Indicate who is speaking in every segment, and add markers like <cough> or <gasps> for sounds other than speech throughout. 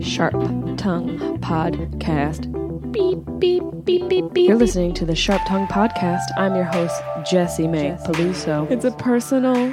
Speaker 1: Sharp Tongue Podcast. Beep, beep, beep, beep, beep. You're listening to the Sharp Tongue Podcast. I'm your host, Jessie Mae Peluso. It's a personal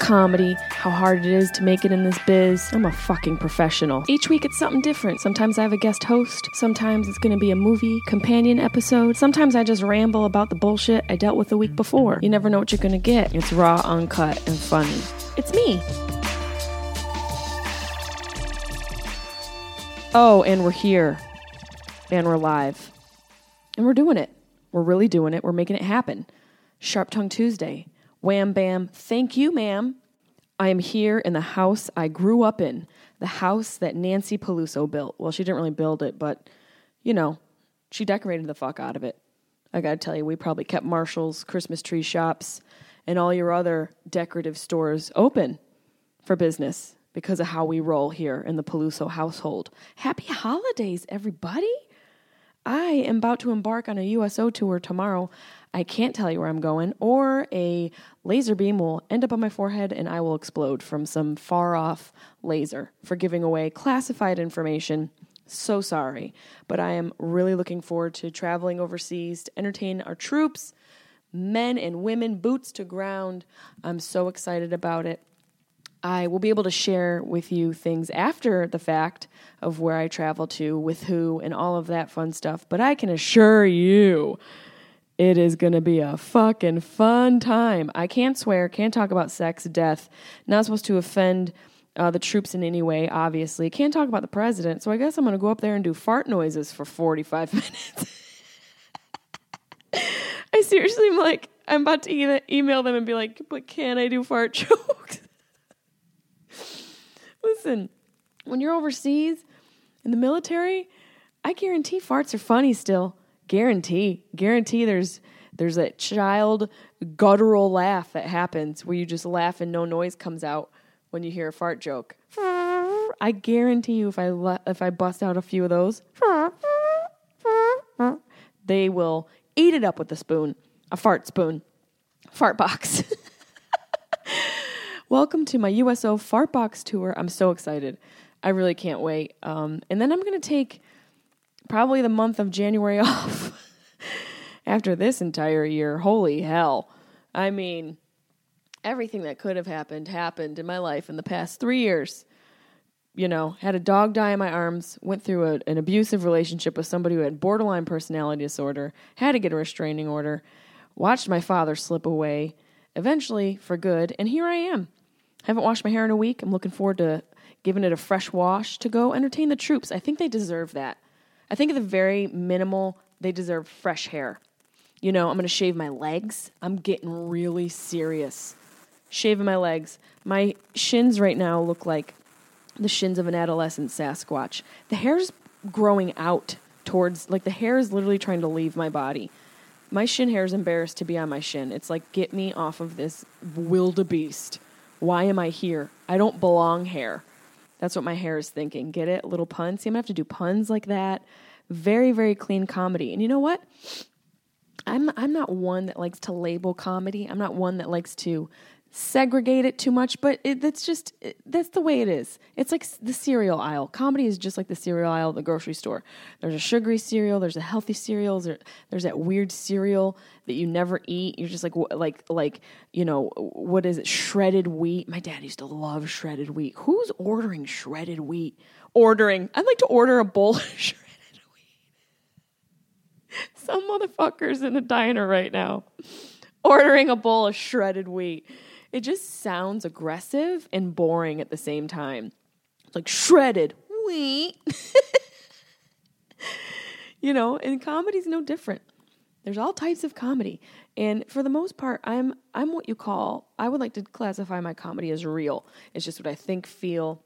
Speaker 1: comedy, how hard it is to make it in this biz. I'm a fucking professional. Each week it's something different. Sometimes I have a guest host, sometimes it's gonna be a movie companion episode, sometimes I just ramble about the bullshit I dealt with the week before. You never know what you're gonna get. It's raw, uncut, and funny. It's me. Oh, and we're here. And we're live. And we're doing it. We're really doing it. We're making it happen. Sharp Tongue Tuesday. Wham bam. Thank you, ma'am. I am here in the house I grew up in, the house that Nancy Peluso built. Well, she didn't really build it, but you know, she decorated the fuck out of it. I gotta tell you, we probably kept Marshall's, Christmas tree shops, and all your other decorative stores open for business because of how we roll here in the Peluso household. Happy holidays, everybody! I am about to embark on a USO tour tomorrow. I can't tell you where I'm going, or a laser beam will end up on my forehead and I will explode from some far off laser for giving away classified information. So sorry, but I am really looking forward to traveling overseas to entertain our troops, men and women, boots to ground. I'm so excited about it. I will be able to share with you things after the fact of where I travel to, with who, and all of that fun stuff. But I can assure you, it is going to be a fucking fun time. I can't swear, can't talk about sex, death, not supposed to offend uh, the troops in any way, obviously. Can't talk about the president. So I guess I'm going to go up there and do fart noises for 45 <laughs> minutes. I seriously am like, I'm about to e- email them and be like, but can I do fart jokes? Listen, when you're overseas in the military, I guarantee farts are funny still. Guarantee, guarantee there's there's that child guttural laugh that happens where you just laugh and no noise comes out when you hear a fart joke. I guarantee you if I le- if I bust out a few of those, they will eat it up with a spoon, a fart spoon, fart box. <laughs> Welcome to my USO Fart Box tour. I'm so excited. I really can't wait. Um, and then I'm going to take probably the month of January <laughs> off after this entire year. Holy hell. I mean, everything that could have happened happened in my life in the past three years. You know, had a dog die in my arms, went through a, an abusive relationship with somebody who had borderline personality disorder, had to get a restraining order, watched my father slip away, eventually for good, and here I am. Haven't washed my hair in a week. I'm looking forward to giving it a fresh wash to go entertain the troops. I think they deserve that. I think at the very minimal, they deserve fresh hair. You know, I'm going to shave my legs. I'm getting really serious. Shaving my legs. My shins right now look like the shins of an adolescent Sasquatch. The hair's growing out towards, like, the hair is literally trying to leave my body. My shin hair is embarrassed to be on my shin. It's like, get me off of this wildebeest. Why am I here? I don't belong here. That's what my hair is thinking. Get it? A little pun. See, I'm gonna have to do puns like that. Very, very clean comedy. And you know what? I'm I'm not one that likes to label comedy. I'm not one that likes to segregate it too much, but it, that's just it, that's the way it is. It's like s- the cereal aisle. Comedy is just like the cereal aisle at the grocery store. There's a sugary cereal, there's a healthy cereal, there, there's that weird cereal that you never eat. You're just like wh- like like, you know, what is it? Shredded wheat. My dad used to love shredded wheat. Who's ordering shredded wheat? Ordering. I'd like to order a bowl of <laughs> shredded some motherfuckers in a diner right now ordering a bowl of shredded wheat. It just sounds aggressive and boring at the same time. It's like shredded. Wee. <laughs> you know, and comedy's no different. There's all types of comedy. And for the most part, I'm I'm what you call I would like to classify my comedy as real. It's just what I think, feel,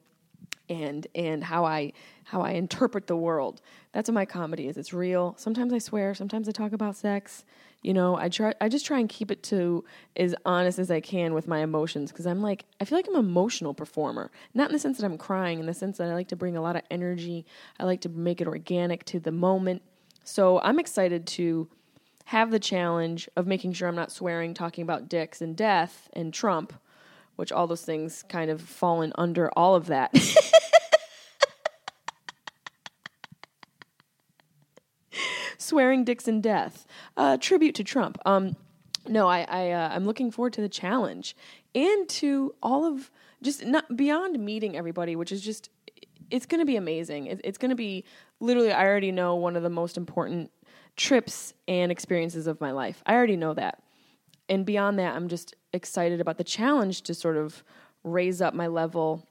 Speaker 1: and and how I how I interpret the world. That's what my comedy is. It's real. Sometimes I swear, sometimes I talk about sex. You know, I try I just try and keep it to as honest as I can with my emotions because I'm like I feel like I'm an emotional performer. Not in the sense that I'm crying, in the sense that I like to bring a lot of energy. I like to make it organic to the moment. So, I'm excited to have the challenge of making sure I'm not swearing, talking about dicks and death and Trump, which all those things kind of fallen under all of that. <laughs> swearing, dicks, and death. Uh, tribute to Trump. Um, no, I, I uh, I'm looking forward to the challenge and to all of just not beyond meeting everybody, which is just it's going to be amazing. It, it's going to be literally. I already know one of the most important trips and experiences of my life. I already know that. And beyond that, I'm just excited about the challenge to sort of raise up my level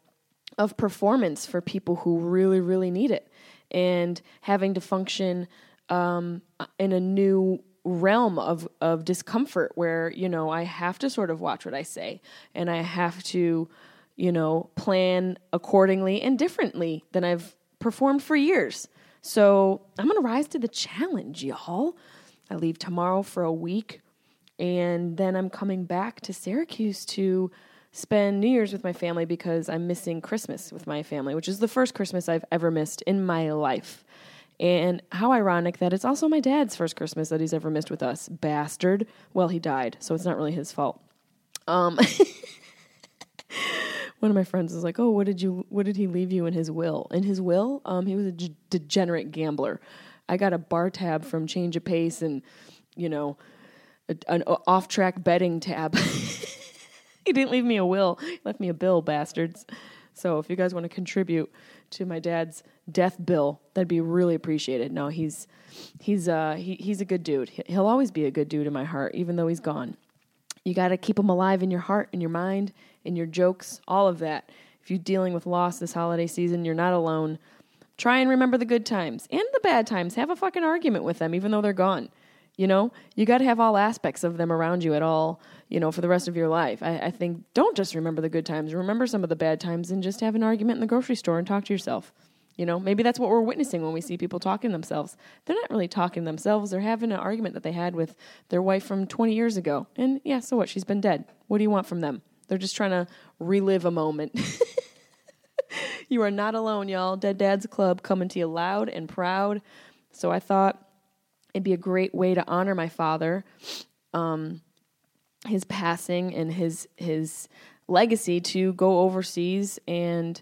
Speaker 1: of performance for people who really, really need it and having to function um, in a new realm of, of discomfort where, you know, I have to sort of watch what I say and I have to, you know, plan accordingly and differently than I've performed for years. So I'm going to rise to the challenge, y'all. I leave tomorrow for a week, and then I'm coming back to Syracuse to spend New Year's with my family because I'm missing Christmas with my family, which is the first Christmas I've ever missed in my life. And how ironic that it's also my dad's first Christmas that he's ever missed with us. Bastard. Well, he died, so it's not really his fault. Um, one of my friends was like, "Oh, what did you? What did he leave you in his will? In his will, um, he was a g- degenerate gambler. I got a bar tab from Change of Pace, and you know, a, an off track betting tab. <laughs> he didn't leave me a will. He left me a bill, bastards. So if you guys want to contribute to my dad's death bill, that'd be really appreciated. No, he's he's uh he, he's a good dude. He'll always be a good dude in my heart, even though he's gone." You got to keep them alive in your heart, in your mind, in your jokes, all of that. If you're dealing with loss this holiday season, you're not alone. Try and remember the good times and the bad times. Have a fucking argument with them, even though they're gone. You know, you got to have all aspects of them around you at all, you know, for the rest of your life. I, I think don't just remember the good times, remember some of the bad times and just have an argument in the grocery store and talk to yourself. You know, maybe that's what we're witnessing when we see people talking themselves. They're not really talking themselves. They're having an argument that they had with their wife from 20 years ago. And yeah, so what? She's been dead. What do you want from them? They're just trying to relive a moment. <laughs> you are not alone, y'all. Dead Dad's Club coming to you loud and proud. So I thought it'd be a great way to honor my father, um, his passing and his his legacy to go overseas and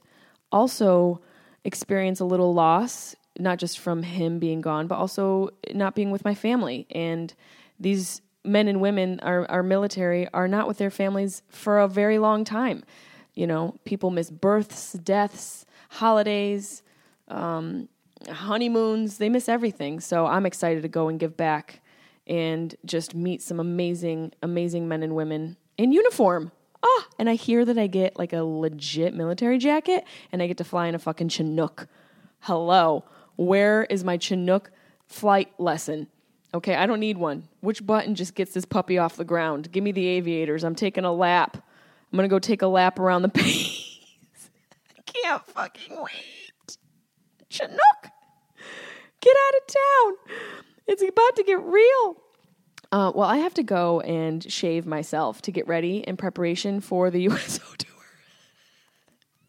Speaker 1: also experience a little loss, not just from him being gone, but also not being with my family. And these men and women, our, our military, are not with their families for a very long time. You know, people miss births, deaths, holidays, um, honeymoons. They miss everything. So I'm excited to go and give back and just meet some amazing, amazing men and women in uniform oh, and I hear that I get like a legit military jacket and I get to fly in a fucking Chinook. Hello, where is my Chinook flight lesson? Okay, I don't need one. Which button just gets this puppy off the ground? Give me the aviators. I'm taking a lap. I'm gonna go take a lap around the <laughs> base. I can't fucking wait. Chinook, get out of town. It's about to get real. Uh, well, I have to go and shave myself to get ready in preparation for the <laughs> USO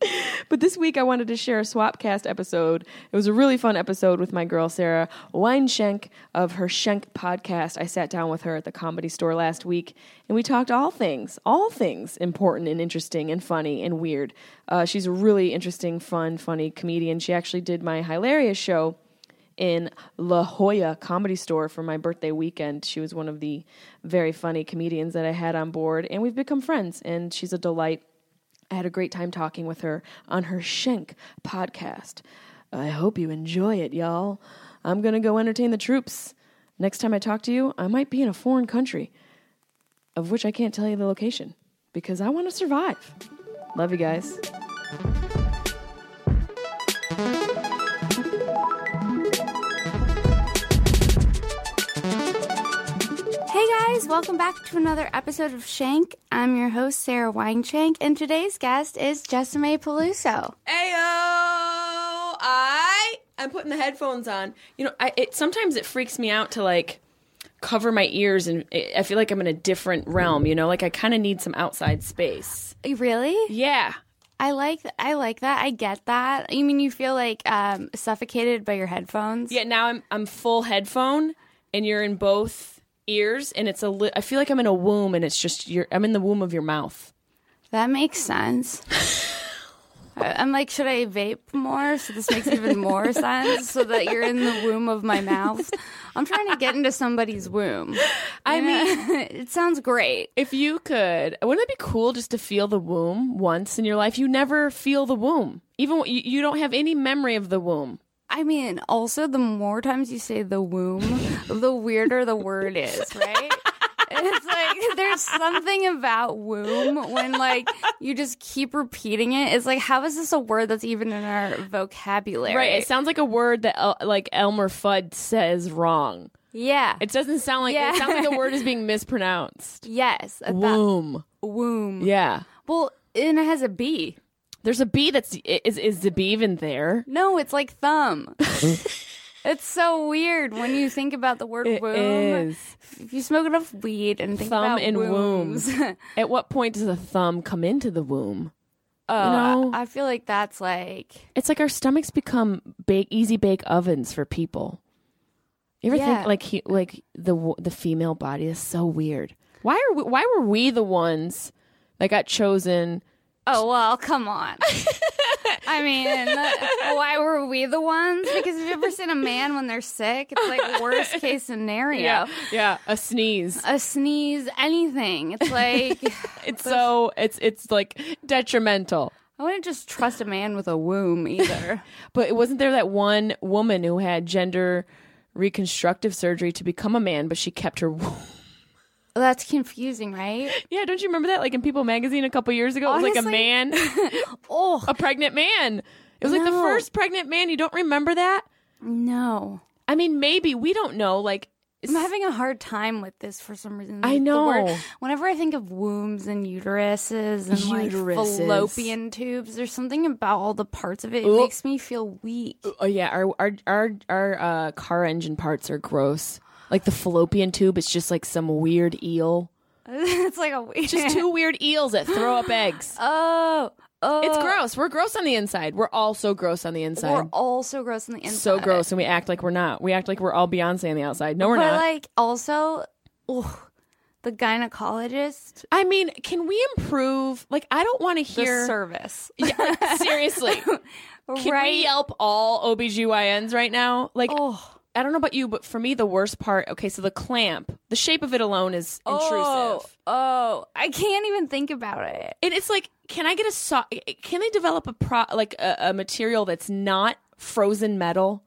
Speaker 1: tour. but this week I wanted to share a Swapcast episode. It was a really fun episode with my girl Sarah Weinschenk of her Schenk podcast. I sat down with her at the comedy store last week and we talked all things, all things important and interesting and funny and weird. Uh, she's a really interesting, fun, funny comedian. She actually did my Hilarious show in La Jolla Comedy Store for my birthday weekend. She was one of the very funny comedians that I had on board, and we've become friends, and she's a delight. I had a great time talking with her on her Schenk podcast. I hope you enjoy it, y'all. I'm going to go entertain the troops. Next time I talk to you, I might be in a foreign country, of which I can't tell you the location.
Speaker 2: because I want to survive. Love you guys.
Speaker 3: Hey guys, welcome back to another episode of Shank. I'm your host, Sarah Wineshank, and today's guest is Jessime Peluso.
Speaker 1: Ayo! I I'm putting the headphones on. You know, I it sometimes it freaks me out to like cover my ears and i I feel like I'm in a different realm. You know, like I kind of need some outside space.
Speaker 3: Really?
Speaker 1: Yeah.
Speaker 3: I like I like that. I get that. You mean you feel like um, suffocated by your headphones?
Speaker 1: Yeah. Now I'm I'm full headphone, and you're in both ears, and it's a li- I feel like I'm in a womb, and it's just your I'm in the womb of your mouth.
Speaker 3: That makes <laughs> sense. I- I'm like, should I vape more? So this makes even more sense. So that you're in the womb of my mouth. I'm trying to get into somebody's womb. I mean, <laughs> it sounds great.
Speaker 1: If you could, wouldn't it be cool just to feel the womb once in your life? You never feel the womb, even when- you, you don't have any memory of the womb.
Speaker 3: I mean, also the more times you say the womb, the weirder the word is, right? It's like there's something about womb when like you just keep repeating it. It's like how is this a word that's even in our vocabulary?
Speaker 1: Right. It sounds like a word that El- like Elmer Fudd says wrong.
Speaker 3: yeah.
Speaker 1: It doesn't sound like
Speaker 3: Yeah.
Speaker 1: it sounds like the word is being <laughs> mispronounced.
Speaker 3: yes. a That
Speaker 1: Womb.
Speaker 3: womb.
Speaker 1: Yeah.
Speaker 3: Well, and it has a B.
Speaker 1: There's a B that's i- is is the B even there?
Speaker 3: No, it's like
Speaker 1: <laughs>
Speaker 3: thumb. it's so weird when you think about the word
Speaker 1: It
Speaker 3: womb.
Speaker 1: is.
Speaker 3: If you smoke enough weed and think
Speaker 1: Thumb
Speaker 3: about
Speaker 1: and
Speaker 3: wombs.
Speaker 1: womb. At what point does the thumb come into the womb? Uh,
Speaker 3: Oh,
Speaker 1: know?
Speaker 3: I, I feel like that's like
Speaker 1: It's like our stomachs become bake easy bake ovens for people. You ever
Speaker 3: Yeah.
Speaker 1: think like he, like the w- the female body is so weird. Why are we, why were we the ones that got chosen?
Speaker 3: oh well, come on. I mean, <laughs> why were we the ones? Because if you ever seen a man when they're sick, it's like worst case scenario.
Speaker 1: yeah, a sneeze.
Speaker 3: A sneeze, anything. It's like
Speaker 1: <laughs> It's so it's it's like detrimental.
Speaker 3: I wouldn't just trust a man with a
Speaker 1: <laughs>
Speaker 3: womb either.
Speaker 1: But it wasn't there that one woman who had gender reconstructive surgery to become a man, but she kept her. womb?
Speaker 3: That's confusing, right? <laughs>
Speaker 1: yeah, don't you remember that? Like in People magazine a couple years ago, it was like a
Speaker 3: Honestly-
Speaker 1: man, <laughs>
Speaker 3: Oh
Speaker 1: a pregnant man. It was like the
Speaker 3: No.
Speaker 1: first pregnant man. You don't remember that?
Speaker 3: no,
Speaker 1: I mean, maybe we don't know. Like,
Speaker 3: I'm having a hard time with this for some reason.
Speaker 1: I
Speaker 3: Like, the word-
Speaker 1: know.
Speaker 3: whenever I think of wombs and uteruses and
Speaker 1: Uteruses.
Speaker 3: like fallopian tubes, there's something about all the parts of it. It
Speaker 1: Ooh.
Speaker 3: makes me feel weak.
Speaker 1: oh yeah, our our our our uh, car engine parts are gross. Like the fallopian tube, it's just like some weird eel.
Speaker 3: <laughs> it's like a weird.
Speaker 1: Just two weird eels that throw up eggs.
Speaker 3: <laughs> oh, oh.
Speaker 1: It's gross. We're gross on the inside. We're all so gross on the inside.
Speaker 3: We're all so gross on the inside.
Speaker 1: so gross, and we act like we're not. We act like we're all Beyonce on the outside. No, we're
Speaker 3: but
Speaker 1: not.
Speaker 3: like also, ugh, the gynecologist,
Speaker 1: I mean, can we improve? Like, I don't want to
Speaker 3: the
Speaker 1: hear.
Speaker 3: service,
Speaker 1: <laughs> Yeah, seriously,
Speaker 3: <laughs>
Speaker 1: can
Speaker 3: right?
Speaker 1: we uh, yelp all OBGYNs right now? Like,
Speaker 3: Oh,
Speaker 1: I don't know about you, but for me, the worst part. Okay, so the clamp, the shape of it alone is
Speaker 3: oh,
Speaker 1: intrusive.
Speaker 3: oh! I can't even think about it.
Speaker 1: And it's like, can I get a so- Can they develop a pro like a, a material that's not frozen metal?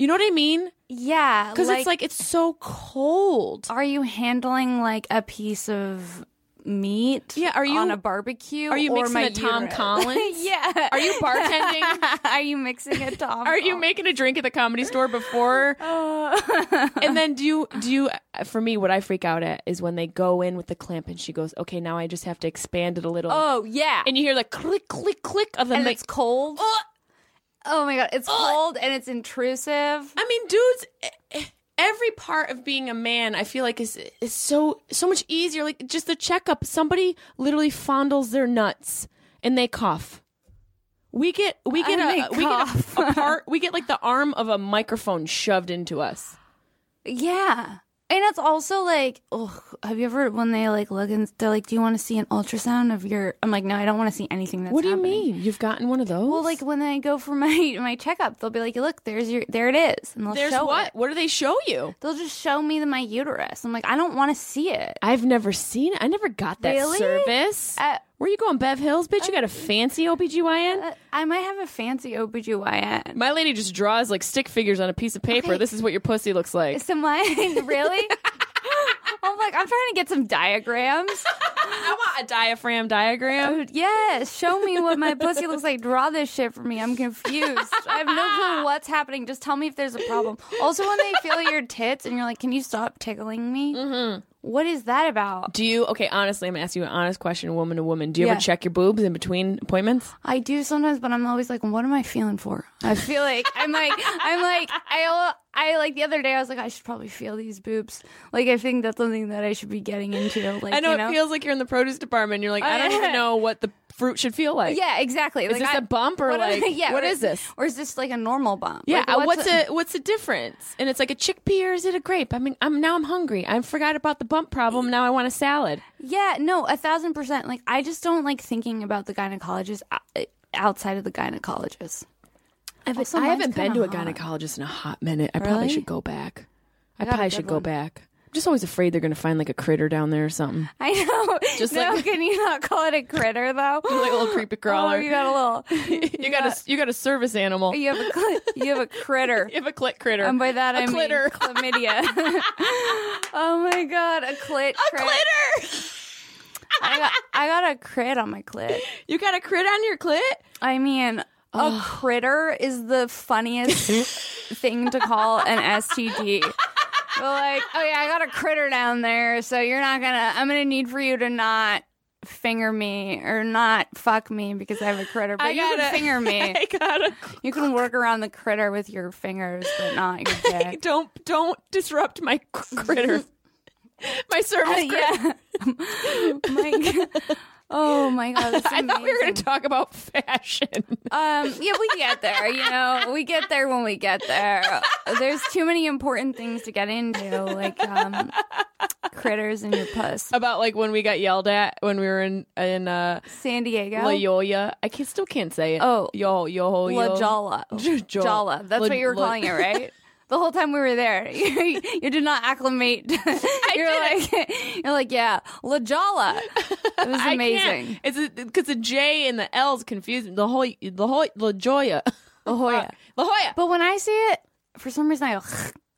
Speaker 1: You know what I mean?
Speaker 3: Yeah,
Speaker 1: Because it's like it's so cold.
Speaker 3: are you handling like a piece of meat?
Speaker 1: Yeah, are you-
Speaker 3: on a barbecue?
Speaker 1: Are you
Speaker 3: or
Speaker 1: mixing
Speaker 3: my
Speaker 1: a Tom
Speaker 3: <laughs> uterus?
Speaker 1: Collins?
Speaker 3: yeah.
Speaker 1: Are you bartending?
Speaker 3: <laughs> are you mixing a Tom?
Speaker 1: Are you making a drink at the comedy store
Speaker 3: <laughs>
Speaker 1: before?
Speaker 3: Oh.
Speaker 1: and then do you do you? For me, what I freak out at is when they go in with the clamp and she goes, "Okay, now I just have to expand it a little."
Speaker 3: Oh yeah.
Speaker 1: And you hear the click, click, click of the.
Speaker 3: and
Speaker 1: ma-
Speaker 3: it's cold.
Speaker 1: Ugh.
Speaker 3: Oh my god, it's cold and it's intrusive.
Speaker 1: I mean, dudes, e- e- every part of being a man, I feel like is is so so much easier. Like just the checkup, somebody literally fondles their nuts and they cough. We get we get
Speaker 3: And
Speaker 1: a
Speaker 3: they
Speaker 1: we
Speaker 3: cough.
Speaker 1: get a, a part we get like the arm of a microphone shoved into us.
Speaker 3: Yeah. And it's also like, oh, have you ever when they like look and they're like, "Do you want to see an ultrasound of your?" I'm like, "No, I don't want to see anything that's
Speaker 1: what do you
Speaker 3: happening."
Speaker 1: mean? You've gotten one of those?
Speaker 3: Well, like when I go for my <laughs> my checkup, they'll be like, "Look, there's your there it is," and they'll
Speaker 1: there's
Speaker 3: show
Speaker 1: what?
Speaker 3: it.
Speaker 1: What do they show you?
Speaker 3: They'll just show me the, my uterus. I'm like, I don't want to see it.
Speaker 1: I've never seen. I never got that
Speaker 3: Really?
Speaker 1: service.
Speaker 3: Uh,
Speaker 1: Where you going, Bev Hills, bitch? You got a fancy OBGYN?
Speaker 3: Uh, I might have a fancy OBGYN.
Speaker 1: My lady just draws like stick figures on a piece of paper.
Speaker 3: Okay.
Speaker 1: This is what your pussy looks like.
Speaker 3: So my <laughs> really, I'm like, I'm trying to get some diagrams.
Speaker 1: I want a diaphragm diagram.
Speaker 3: Yes, show me what my pussy looks like. Draw this shit for me. I'm confused. I have no clue what's happening. Just tell me if there's a problem. Also, when they feel your tits and you're like, "Can you stop tickling me?" What is that about?
Speaker 1: Do you okay? Honestly, I'm gonna ask you an honest question, woman to woman. Do you
Speaker 3: Yeah.
Speaker 1: ever check your boobs in between appointments?
Speaker 3: I do sometimes, but I'm always like, "What am I feeling for?" I feel like I'm like I'm like I al- I like the other day I was like, I should probably feel these boobs. Like I think that's something that I should be getting into. Like
Speaker 1: I know,
Speaker 3: you know? Oh,
Speaker 1: it feels like you're in the produce department. You're like, I don't
Speaker 3: yeah.
Speaker 1: even know what the fruit should feel like.
Speaker 3: Yeah, exactly. Is
Speaker 1: this a bump or, like,
Speaker 3: <laughs>
Speaker 1: what is this?
Speaker 3: Or is this like a normal bump?
Speaker 1: Yeah,
Speaker 3: Like,
Speaker 1: uh, what's,
Speaker 3: a-
Speaker 1: a what's the difference? And it's like a chickpea or is it a grape? I mean, I'm now I'm hungry. I forgot about the bump problem. Now I want a salad.
Speaker 3: Yeah, no, a thousand percent. Like, I just don't like thinking about the gynecologist o- outside of the gynecologist. <laughs>
Speaker 1: I've,
Speaker 3: Also,
Speaker 1: I
Speaker 3: mine's
Speaker 1: haven't been to a
Speaker 3: kinda
Speaker 1: gynecologist in a hot minute. I probably
Speaker 3: Really?
Speaker 1: should go back. I,
Speaker 3: got a
Speaker 1: probably
Speaker 3: good
Speaker 1: should go
Speaker 3: one.
Speaker 1: back. I'm just always afraid they're going to find like a critter down there or something.
Speaker 3: I know.
Speaker 1: Just
Speaker 3: Just no,
Speaker 1: like-
Speaker 3: can you not call it a critter though?
Speaker 1: <laughs> <laughs> Like a little creepy
Speaker 3: <laughs> Oh,
Speaker 1: crawler.
Speaker 3: you got a little.
Speaker 1: <laughs> you, got a you got a service animal. <laughs> You
Speaker 3: You have a cl- you have a critter,
Speaker 1: have a clit critter.
Speaker 3: and by that
Speaker 1: a
Speaker 3: I
Speaker 1: clitter. <laughs>
Speaker 3: mean chlamydia. <laughs> oh my god, a clit.
Speaker 1: a
Speaker 3: crit.
Speaker 1: clitter. <laughs>
Speaker 3: I got, I got a crit on my clit.
Speaker 1: You got a crit on your clit?
Speaker 3: I mean, a critter is
Speaker 1: <laughs>
Speaker 3: the funniest thing to call an STD. But like, oh yeah, I got a critter down there, so you're not gonna. I'm gonna need for you to not finger me or not fuck me because I have a critter. But
Speaker 1: I
Speaker 3: you
Speaker 1: got
Speaker 3: can
Speaker 1: a-
Speaker 3: finger
Speaker 1: <laughs>
Speaker 3: me.
Speaker 1: I got a. cl-
Speaker 3: You can work around the critter with your fingers, but not
Speaker 1: <laughs>
Speaker 3: your dick.
Speaker 1: Don't don't disrupt my <laughs> cr-
Speaker 3: <laughs>
Speaker 1: critter. my service critter.
Speaker 3: yeah. <laughs> my, oh my god,
Speaker 1: <laughs>
Speaker 3: that's
Speaker 1: I thought we were
Speaker 3: amazing.
Speaker 1: going to talk about fashion.
Speaker 3: Um, yeah, we get there, you know. We get there when we get there. There's too many important things to get into, like um critters in your puss.
Speaker 1: <laughs> about like when we got yelled at when we were in in uh,
Speaker 3: San Diego.
Speaker 1: La Jolla. I can, still can't say it.
Speaker 3: Oh.
Speaker 1: yo yo
Speaker 3: La
Speaker 1: yo. <laughs>
Speaker 3: Jolla.
Speaker 1: J- jo-
Speaker 3: Jolla. That's
Speaker 1: La-
Speaker 3: what you were
Speaker 1: La-
Speaker 3: calling
Speaker 1: <laughs>
Speaker 3: it, right? The whole time we were there, <laughs> you, you did not acclimate. <laughs> you're like, <laughs> you're like, yeah, La Jolla. It was
Speaker 1: <laughs> I can't.
Speaker 3: amazing.
Speaker 1: It's because the J and the L's confuse me. The whole the whole La Jolla.
Speaker 3: La Jolla.
Speaker 1: <laughs> La Jolla.
Speaker 3: But when I see it, for some reason I go,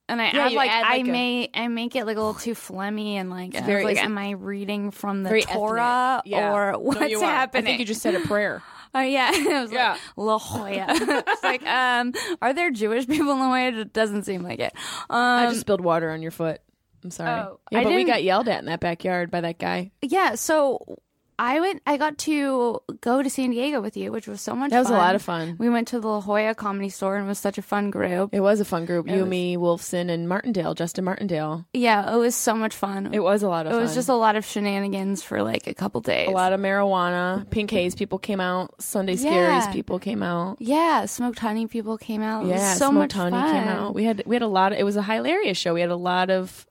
Speaker 3: and I
Speaker 1: Yeah,
Speaker 3: add
Speaker 1: you
Speaker 3: like
Speaker 1: add,
Speaker 3: I
Speaker 1: like, a-
Speaker 3: may I make it like a little too phlemmy and like it's
Speaker 1: very-
Speaker 3: like
Speaker 1: it's-
Speaker 3: am I reading from the
Speaker 1: Very
Speaker 3: Torah
Speaker 1: ethnic. Yeah.
Speaker 3: or
Speaker 1: No,
Speaker 3: what's
Speaker 1: you aren't.
Speaker 3: happening?
Speaker 1: I think you just said a prayer.
Speaker 3: oh yeah, <laughs> I was
Speaker 1: Yeah.
Speaker 3: like La Jolla. <laughs> it's like um, are there Jewish people in La Jolla? It doesn't seem like it. Um,
Speaker 1: <laughs> I just spilled water on your foot. I'm sorry.
Speaker 3: oh,
Speaker 1: yeah,
Speaker 3: I
Speaker 1: but we
Speaker 3: didn't-
Speaker 1: got yelled at in that backyard by that guy.
Speaker 3: yeah. So I went. I got to go to San Diego with you, which was so much.
Speaker 1: That was a lot of fun.
Speaker 3: We went to the La Jolla Comedy Store and it was such a fun group.
Speaker 1: It was a fun group. You, me, Wolfson, and Martindale. Justin Martindale.
Speaker 3: yeah, it was so much fun.
Speaker 1: It was a lot of.
Speaker 3: It
Speaker 1: fun.
Speaker 3: was just a lot of shenanigans for like a couple days.
Speaker 1: a lot of marijuana. Pink Haze people came out. Sunday Scaries
Speaker 3: Yeah.
Speaker 1: people came out.
Speaker 3: Yeah, smoked honey people came out. It was
Speaker 1: Yeah,
Speaker 3: so
Speaker 1: Smoke
Speaker 3: much
Speaker 1: Tony
Speaker 3: fun.
Speaker 1: came out. We had we had a lot. Of, it was a hilarious show. We had a lot of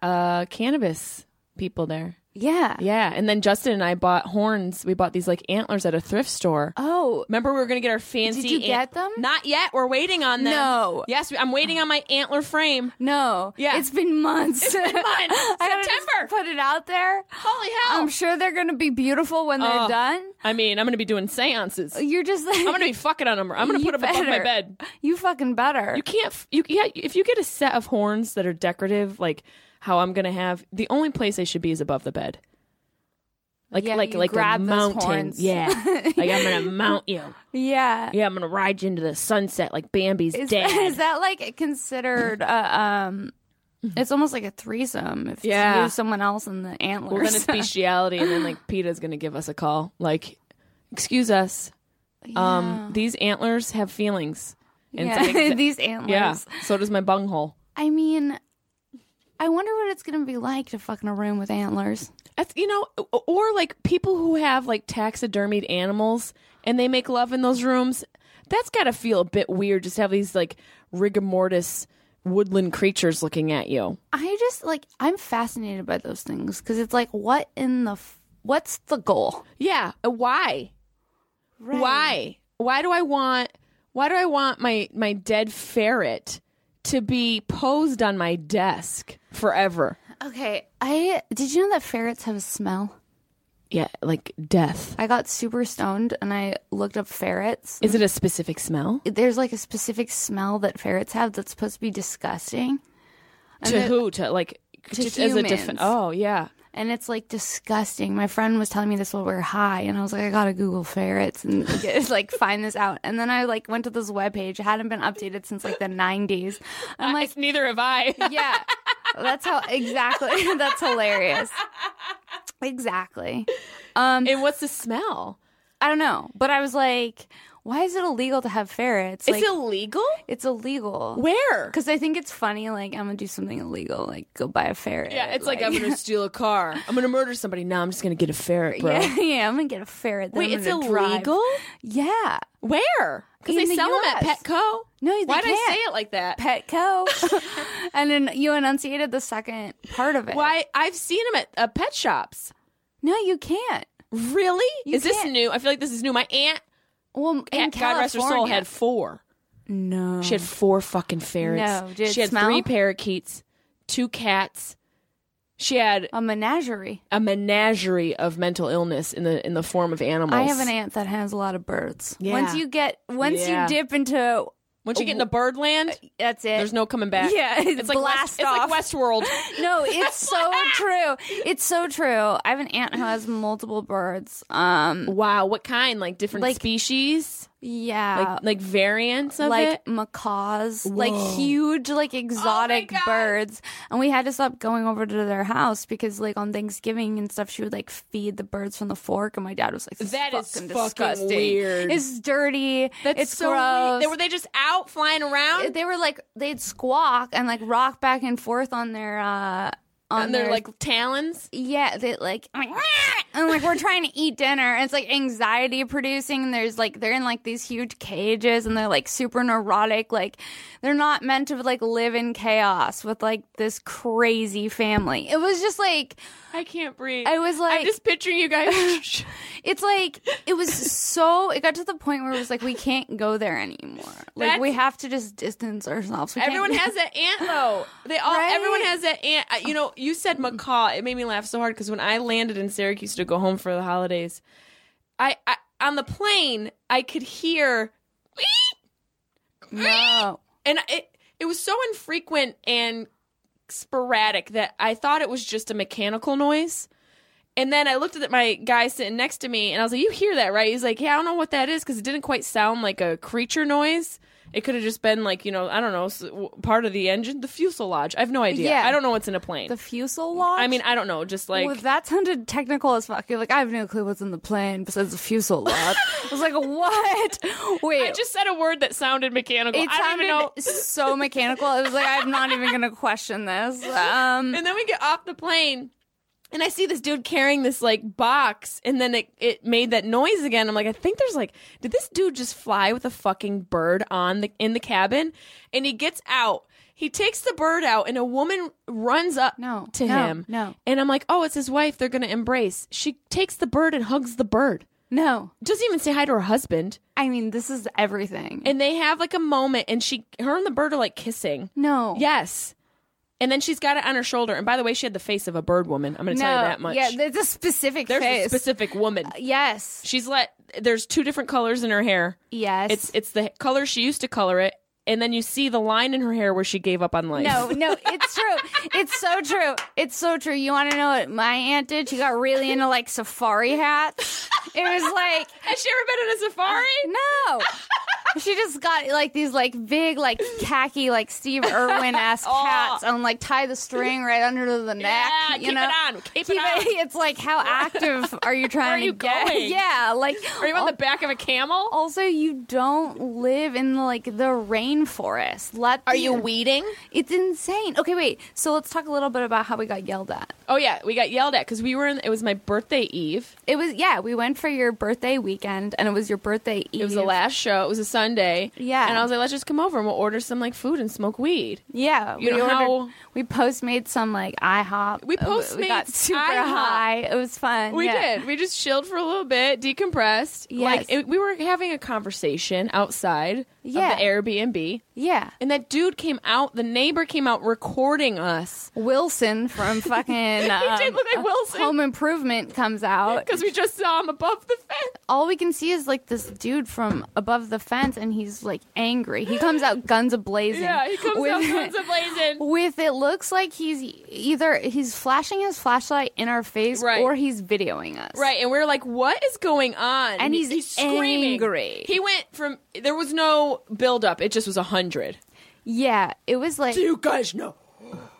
Speaker 1: uh, cannabis people there.
Speaker 3: Yeah.
Speaker 1: Yeah, and then Justin and I bought horns. We bought these like antlers at a thrift store.
Speaker 3: Oh,
Speaker 1: Remember, we were gonna get our fancy.
Speaker 3: Did you
Speaker 1: ant-
Speaker 3: get them?
Speaker 1: Not yet. We're waiting on them.
Speaker 3: No.
Speaker 1: Yes, we- I'm waiting on my antler frame.
Speaker 3: no.
Speaker 1: Yeah.
Speaker 3: It's been months. <laughs> It's been
Speaker 1: months. September. Oh.
Speaker 3: Put it out there.
Speaker 1: Holy hell!
Speaker 3: I'm sure they're going to be beautiful when they're
Speaker 1: Oh.
Speaker 3: done.
Speaker 1: I mean, I'm gonna be doing seances. I'm
Speaker 3: You're just like
Speaker 1: gonna be fucking on them. I'm gonna
Speaker 3: Uh, <laughs> You
Speaker 1: put them above my
Speaker 3: better.
Speaker 1: bed.
Speaker 3: <laughs> You fucking better.
Speaker 1: You can't. f- You yeah. If you get a set of horns that are decorative, like how I'm gonna have, the only place they should be is above the bed. Like
Speaker 3: Yeah,
Speaker 1: like
Speaker 3: you
Speaker 1: like
Speaker 3: grab
Speaker 1: a
Speaker 3: those
Speaker 1: mountain.
Speaker 3: horns. <laughs>
Speaker 1: Yeah. like I'm gonna mount you.
Speaker 3: yeah.
Speaker 1: Yeah, I'm gonna ride you into the sunset like Bambi's
Speaker 3: Is, <laughs>
Speaker 1: dad.
Speaker 3: is that like considered uh, um it's almost like a threesome if
Speaker 1: Mm-hmm. Yeah.
Speaker 3: you someone else in the antlers.
Speaker 1: well, then
Speaker 3: <laughs>
Speaker 1: it's bestiality, and then like Peta's gonna give us a call. Like, excuse us. Um, these antlers have feelings. And it's
Speaker 3: yeah.
Speaker 1: like-
Speaker 3: <laughs> These antlers.
Speaker 1: yeah. So does my bunghole.
Speaker 3: I mean, I wonder what it's going to be like to fuck in a room with antlers.
Speaker 1: That's, you know, o- or like people who have like taxidermied animals and they make love in those rooms. That's got to feel a bit weird just to have these like rigor mortis woodland creatures looking at you.
Speaker 3: I just like I'm fascinated by those things because it's like, what in the f- what's the goal?
Speaker 1: Yeah. uh, Why? Why? Why do I want why do I want my my dead ferret to be posed on my desk forever?
Speaker 3: Okay, I did you know that ferrets have a smell?
Speaker 1: Yeah, like death.
Speaker 3: I got super stoned and I looked up ferrets.
Speaker 1: Is it a specific smell?
Speaker 3: There's like a specific smell that ferrets have that's supposed to be disgusting.
Speaker 1: to who? To like
Speaker 3: to
Speaker 1: just as a
Speaker 3: humans.
Speaker 1: defense. Oh yeah,
Speaker 3: And it's like disgusting. My friend was telling me this while we were high, and I was like, I gotta Google ferrets and <laughs> get, like find this out. And then I like went to this webpage. It hadn't been updated since like the nineties. I'm like,
Speaker 1: neither have I.
Speaker 3: yeah, that's how exactly. <laughs> That's hilarious. Exactly. Um,
Speaker 1: and what's the smell?
Speaker 3: I don't know, but I was like, why is it illegal to have ferrets? Like,
Speaker 1: it's illegal.
Speaker 3: it's illegal.
Speaker 1: Where?
Speaker 3: Because I think it's funny. Like I'm gonna do something illegal. Like go buy a ferret.
Speaker 1: Yeah, it's like,
Speaker 3: <laughs>
Speaker 1: I'm gonna steal a car. I'm gonna murder somebody. No, I'm just gonna get a ferret, <laughs> bro.
Speaker 3: yeah, yeah, I'm gonna get a ferret. then
Speaker 1: Wait,
Speaker 3: I'm
Speaker 1: it's
Speaker 3: gonna drive.
Speaker 1: illegal?
Speaker 3: Yeah.
Speaker 1: Where? Because
Speaker 3: In
Speaker 1: they
Speaker 3: the
Speaker 1: sell them
Speaker 3: US.
Speaker 1: at Petco.
Speaker 3: No, they
Speaker 1: why did I
Speaker 3: can't.
Speaker 1: say it like that? <laughs>
Speaker 3: Petco. and then you enunciated the second part of it.
Speaker 1: Why? I've seen them at uh, pet shops.
Speaker 3: No, you can't.
Speaker 1: Really?
Speaker 3: You
Speaker 1: is this
Speaker 3: can't.
Speaker 1: new? I feel like this is new. My aunt,
Speaker 3: Well, in
Speaker 1: God rest her soul,
Speaker 3: California.
Speaker 1: had four.
Speaker 3: no.
Speaker 1: She had four fucking ferrets.
Speaker 3: No, did it
Speaker 1: she had
Speaker 3: smell?
Speaker 1: three parakeets, two cats. She had
Speaker 3: a menagerie.
Speaker 1: a menagerie of mental illness in the in the form of animals.
Speaker 3: I have an aunt that has a lot of birds.
Speaker 1: Yeah.
Speaker 3: Once you get, once
Speaker 1: Yeah.
Speaker 3: you dip into,
Speaker 1: Once you get into birdland,
Speaker 3: that's it.
Speaker 1: there's no coming back.
Speaker 3: <laughs> Yeah,
Speaker 1: uh, <laughs> it's like
Speaker 3: blast
Speaker 1: West,
Speaker 3: off.
Speaker 1: It's like Westworld.
Speaker 3: no, it's so true. It's so true. I have an aunt who has multiple birds. Um,
Speaker 1: <laughs> Wow, what kind? Like uh, different
Speaker 3: Like-
Speaker 1: species,
Speaker 3: yeah,
Speaker 1: like like variants of
Speaker 3: like
Speaker 1: it. Oh
Speaker 3: macaws, like huge, like exotic
Speaker 1: God.
Speaker 3: birds. And we had to stop going over to their house because, like, on Thanksgiving and stuff, she would like feed the birds from the fork, and my dad was like, "This
Speaker 1: That is
Speaker 3: fucking
Speaker 1: fucking
Speaker 3: disgusting.
Speaker 1: weird.
Speaker 3: It's dirty. it's
Speaker 1: so
Speaker 3: gross."
Speaker 1: weird. They, were they just out flying around?
Speaker 3: They were like they'd squawk and like rock back and forth on their uh on
Speaker 1: and
Speaker 3: their,
Speaker 1: they're like talons.
Speaker 3: yeah they like <laughs> I'm like, "Ah!" and like we're trying to eat dinner and it's like anxiety producing and there's like they're in like these huge cages and they're like super neurotic like they're not meant to like live in chaos with like this crazy family it was just like
Speaker 1: I can't breathe.
Speaker 3: I was like
Speaker 1: I'm just picturing <laughs> you guys.
Speaker 3: it's like it was so it got to the point where it was like we can't go there anymore like
Speaker 1: That's-
Speaker 3: we have to just distance ourselves We can't-
Speaker 1: Everyone has that ant though. They all.
Speaker 3: Right?
Speaker 1: Everyone has that ant. I- You know, you said macaw. It made me laugh so hard because when I landed in Syracuse to go home for the holidays, I, I on the plane I could hear,
Speaker 3: no
Speaker 1: and it it was so infrequent and sporadic that I thought it was just a mechanical noise. And then I looked at my guy sitting next to me, and I was like, "You hear that, right?" He's like, "Yeah, I don't know what that is because it didn't quite sound like a creature noise. It could have just been like, you know, I don't know, s- w- part of the engine, the fuselage. I have no idea.
Speaker 3: Yeah.
Speaker 1: I don't know what's in a plane.
Speaker 3: the fuselage
Speaker 1: I mean, I don't know. Just like
Speaker 3: well, that sounded technical as fuck. You're like, I have no clue what's in the plane besides the
Speaker 1: <laughs>
Speaker 3: fuselage. I was like, what? Wait,
Speaker 1: I just said a word that sounded mechanical.
Speaker 3: it
Speaker 1: I don't even know.
Speaker 3: sounded so mechanical. I was like, I'm not even gonna question this.
Speaker 1: <laughs>
Speaker 3: Um,
Speaker 1: And then we get off the plane, and I see this dude carrying this like box, and then it, it made that noise again. I'm like, I think there's like, did this dude just fly with a fucking bird on the in the cabin? And he gets out. He takes the bird out, and a woman runs up
Speaker 3: No,
Speaker 1: to
Speaker 3: no,
Speaker 1: him.
Speaker 3: no.
Speaker 1: and I'm like, oh, it's his wife. They're gonna embrace. She takes the bird and hugs the bird.
Speaker 3: no,
Speaker 1: Doesn't even say hi to her husband.
Speaker 3: I mean, this is everything.
Speaker 1: And they have like a moment, and she, her and the bird are like kissing.
Speaker 3: no,
Speaker 1: Yes. And then she's got it on her shoulder. And by the way, she had the face of a bird woman. I'm going
Speaker 3: no,
Speaker 1: to tell you that much.
Speaker 3: yeah, there's a specific
Speaker 1: there's
Speaker 3: face. Uh,
Speaker 1: a specific woman.
Speaker 3: yes,
Speaker 1: She's let there's two different colors in her hair.
Speaker 3: yes.
Speaker 1: It's it's the color she used to color it, and then you see the line in her hair where she gave up on life.
Speaker 3: No, no, it's true. It's so true. It's so true. You want to know what my aunt did? She got really into like safari hats. It was like
Speaker 1: <laughs> Has she ever been in a safari?
Speaker 3: Uh, No. she just got like these like big like khaki like Steve
Speaker 1: <laughs>
Speaker 3: Irwin esque hats and like tie the string right under the neck.
Speaker 1: Oh. Yeah,
Speaker 3: you
Speaker 1: keep
Speaker 3: know?
Speaker 1: it on. Keep,
Speaker 3: Keep
Speaker 1: it on.
Speaker 3: it- It's like
Speaker 1: <laughs>
Speaker 3: how active are you trying
Speaker 1: you
Speaker 3: to get? <laughs>
Speaker 1: going?
Speaker 3: Yeah, like
Speaker 1: Are you on the back of a camel?
Speaker 3: also you don't live in like the rainforest. Let the-
Speaker 1: weeding?
Speaker 3: It's insane. Okay, wait. So let's talk a little bit about how we got yelled at.
Speaker 1: Oh yeah, we got yelled at because we were in. It was my birthday eve.
Speaker 3: It was yeah. We went for your birthday weekend, and it was your birthday eve.
Speaker 1: It was the last show. It was a Sunday.
Speaker 3: Yeah.
Speaker 1: and I was like, let's just come over and we'll order some like food and smoke weed.
Speaker 3: Yeah,
Speaker 1: You
Speaker 3: we
Speaker 1: know how-
Speaker 3: ordered. we postmade some like IHOP.
Speaker 1: We
Speaker 3: Uh, We got
Speaker 1: Postmates
Speaker 3: super
Speaker 1: IHOP.
Speaker 3: high. It was fun.
Speaker 1: We
Speaker 3: yeah.
Speaker 1: did. We just chilled for a little bit, decompressed.
Speaker 3: Yes.
Speaker 1: Like it, we were having a conversation outside
Speaker 3: Yeah.
Speaker 1: of the Airbnb.
Speaker 3: Yeah.
Speaker 1: And that dude came out, the neighbor came out recording us
Speaker 3: Wilson from
Speaker 1: <laughs>
Speaker 3: fucking um,
Speaker 1: did look like
Speaker 3: uh,
Speaker 1: Wilson.
Speaker 3: Home Improvement comes out.
Speaker 1: because we just saw him above the fence.
Speaker 3: All we can see is like this dude from above the fence, and he's like angry. He comes out guns a blazing.
Speaker 1: Yeah, he comes out
Speaker 3: <laughs>
Speaker 1: guns a-blazing.
Speaker 3: With it looks like he's either he's flashing his flashlight in our face
Speaker 1: Right.
Speaker 3: or he's videoing us.
Speaker 1: Right, and we're like, what is going on?
Speaker 3: And he's
Speaker 1: screaming.
Speaker 3: angry.
Speaker 1: He went from, there was no build up, it just was a 100.
Speaker 3: Yeah. It was like
Speaker 4: you guys know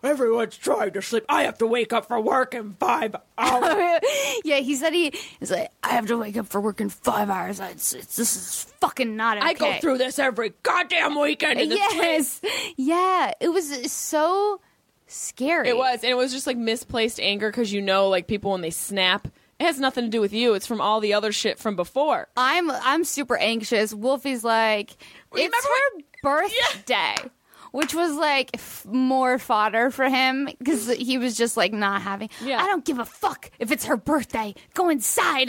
Speaker 4: everyone's trying to sleep. I have to wake up for work in five hours.
Speaker 3: <laughs> yeah, he said he is like, I have to wake up for work in five hours. I, it's, it's, this is fucking not okay.
Speaker 4: I go through this every goddamn weekend. And it's
Speaker 3: Yes, <laughs> yeah, it was so scary.
Speaker 1: It was, and it was just like misplaced anger because you know, like people when they snap, it has nothing to do with you. It's from all the other shit from before.
Speaker 3: I'm I'm super anxious. Wolfie's like,
Speaker 1: Remember
Speaker 3: it's her birthday. Which was like f- more fodder for him because he was just like not having.
Speaker 1: Yeah.
Speaker 3: I don't give a fuck if it's her birthday. Go inside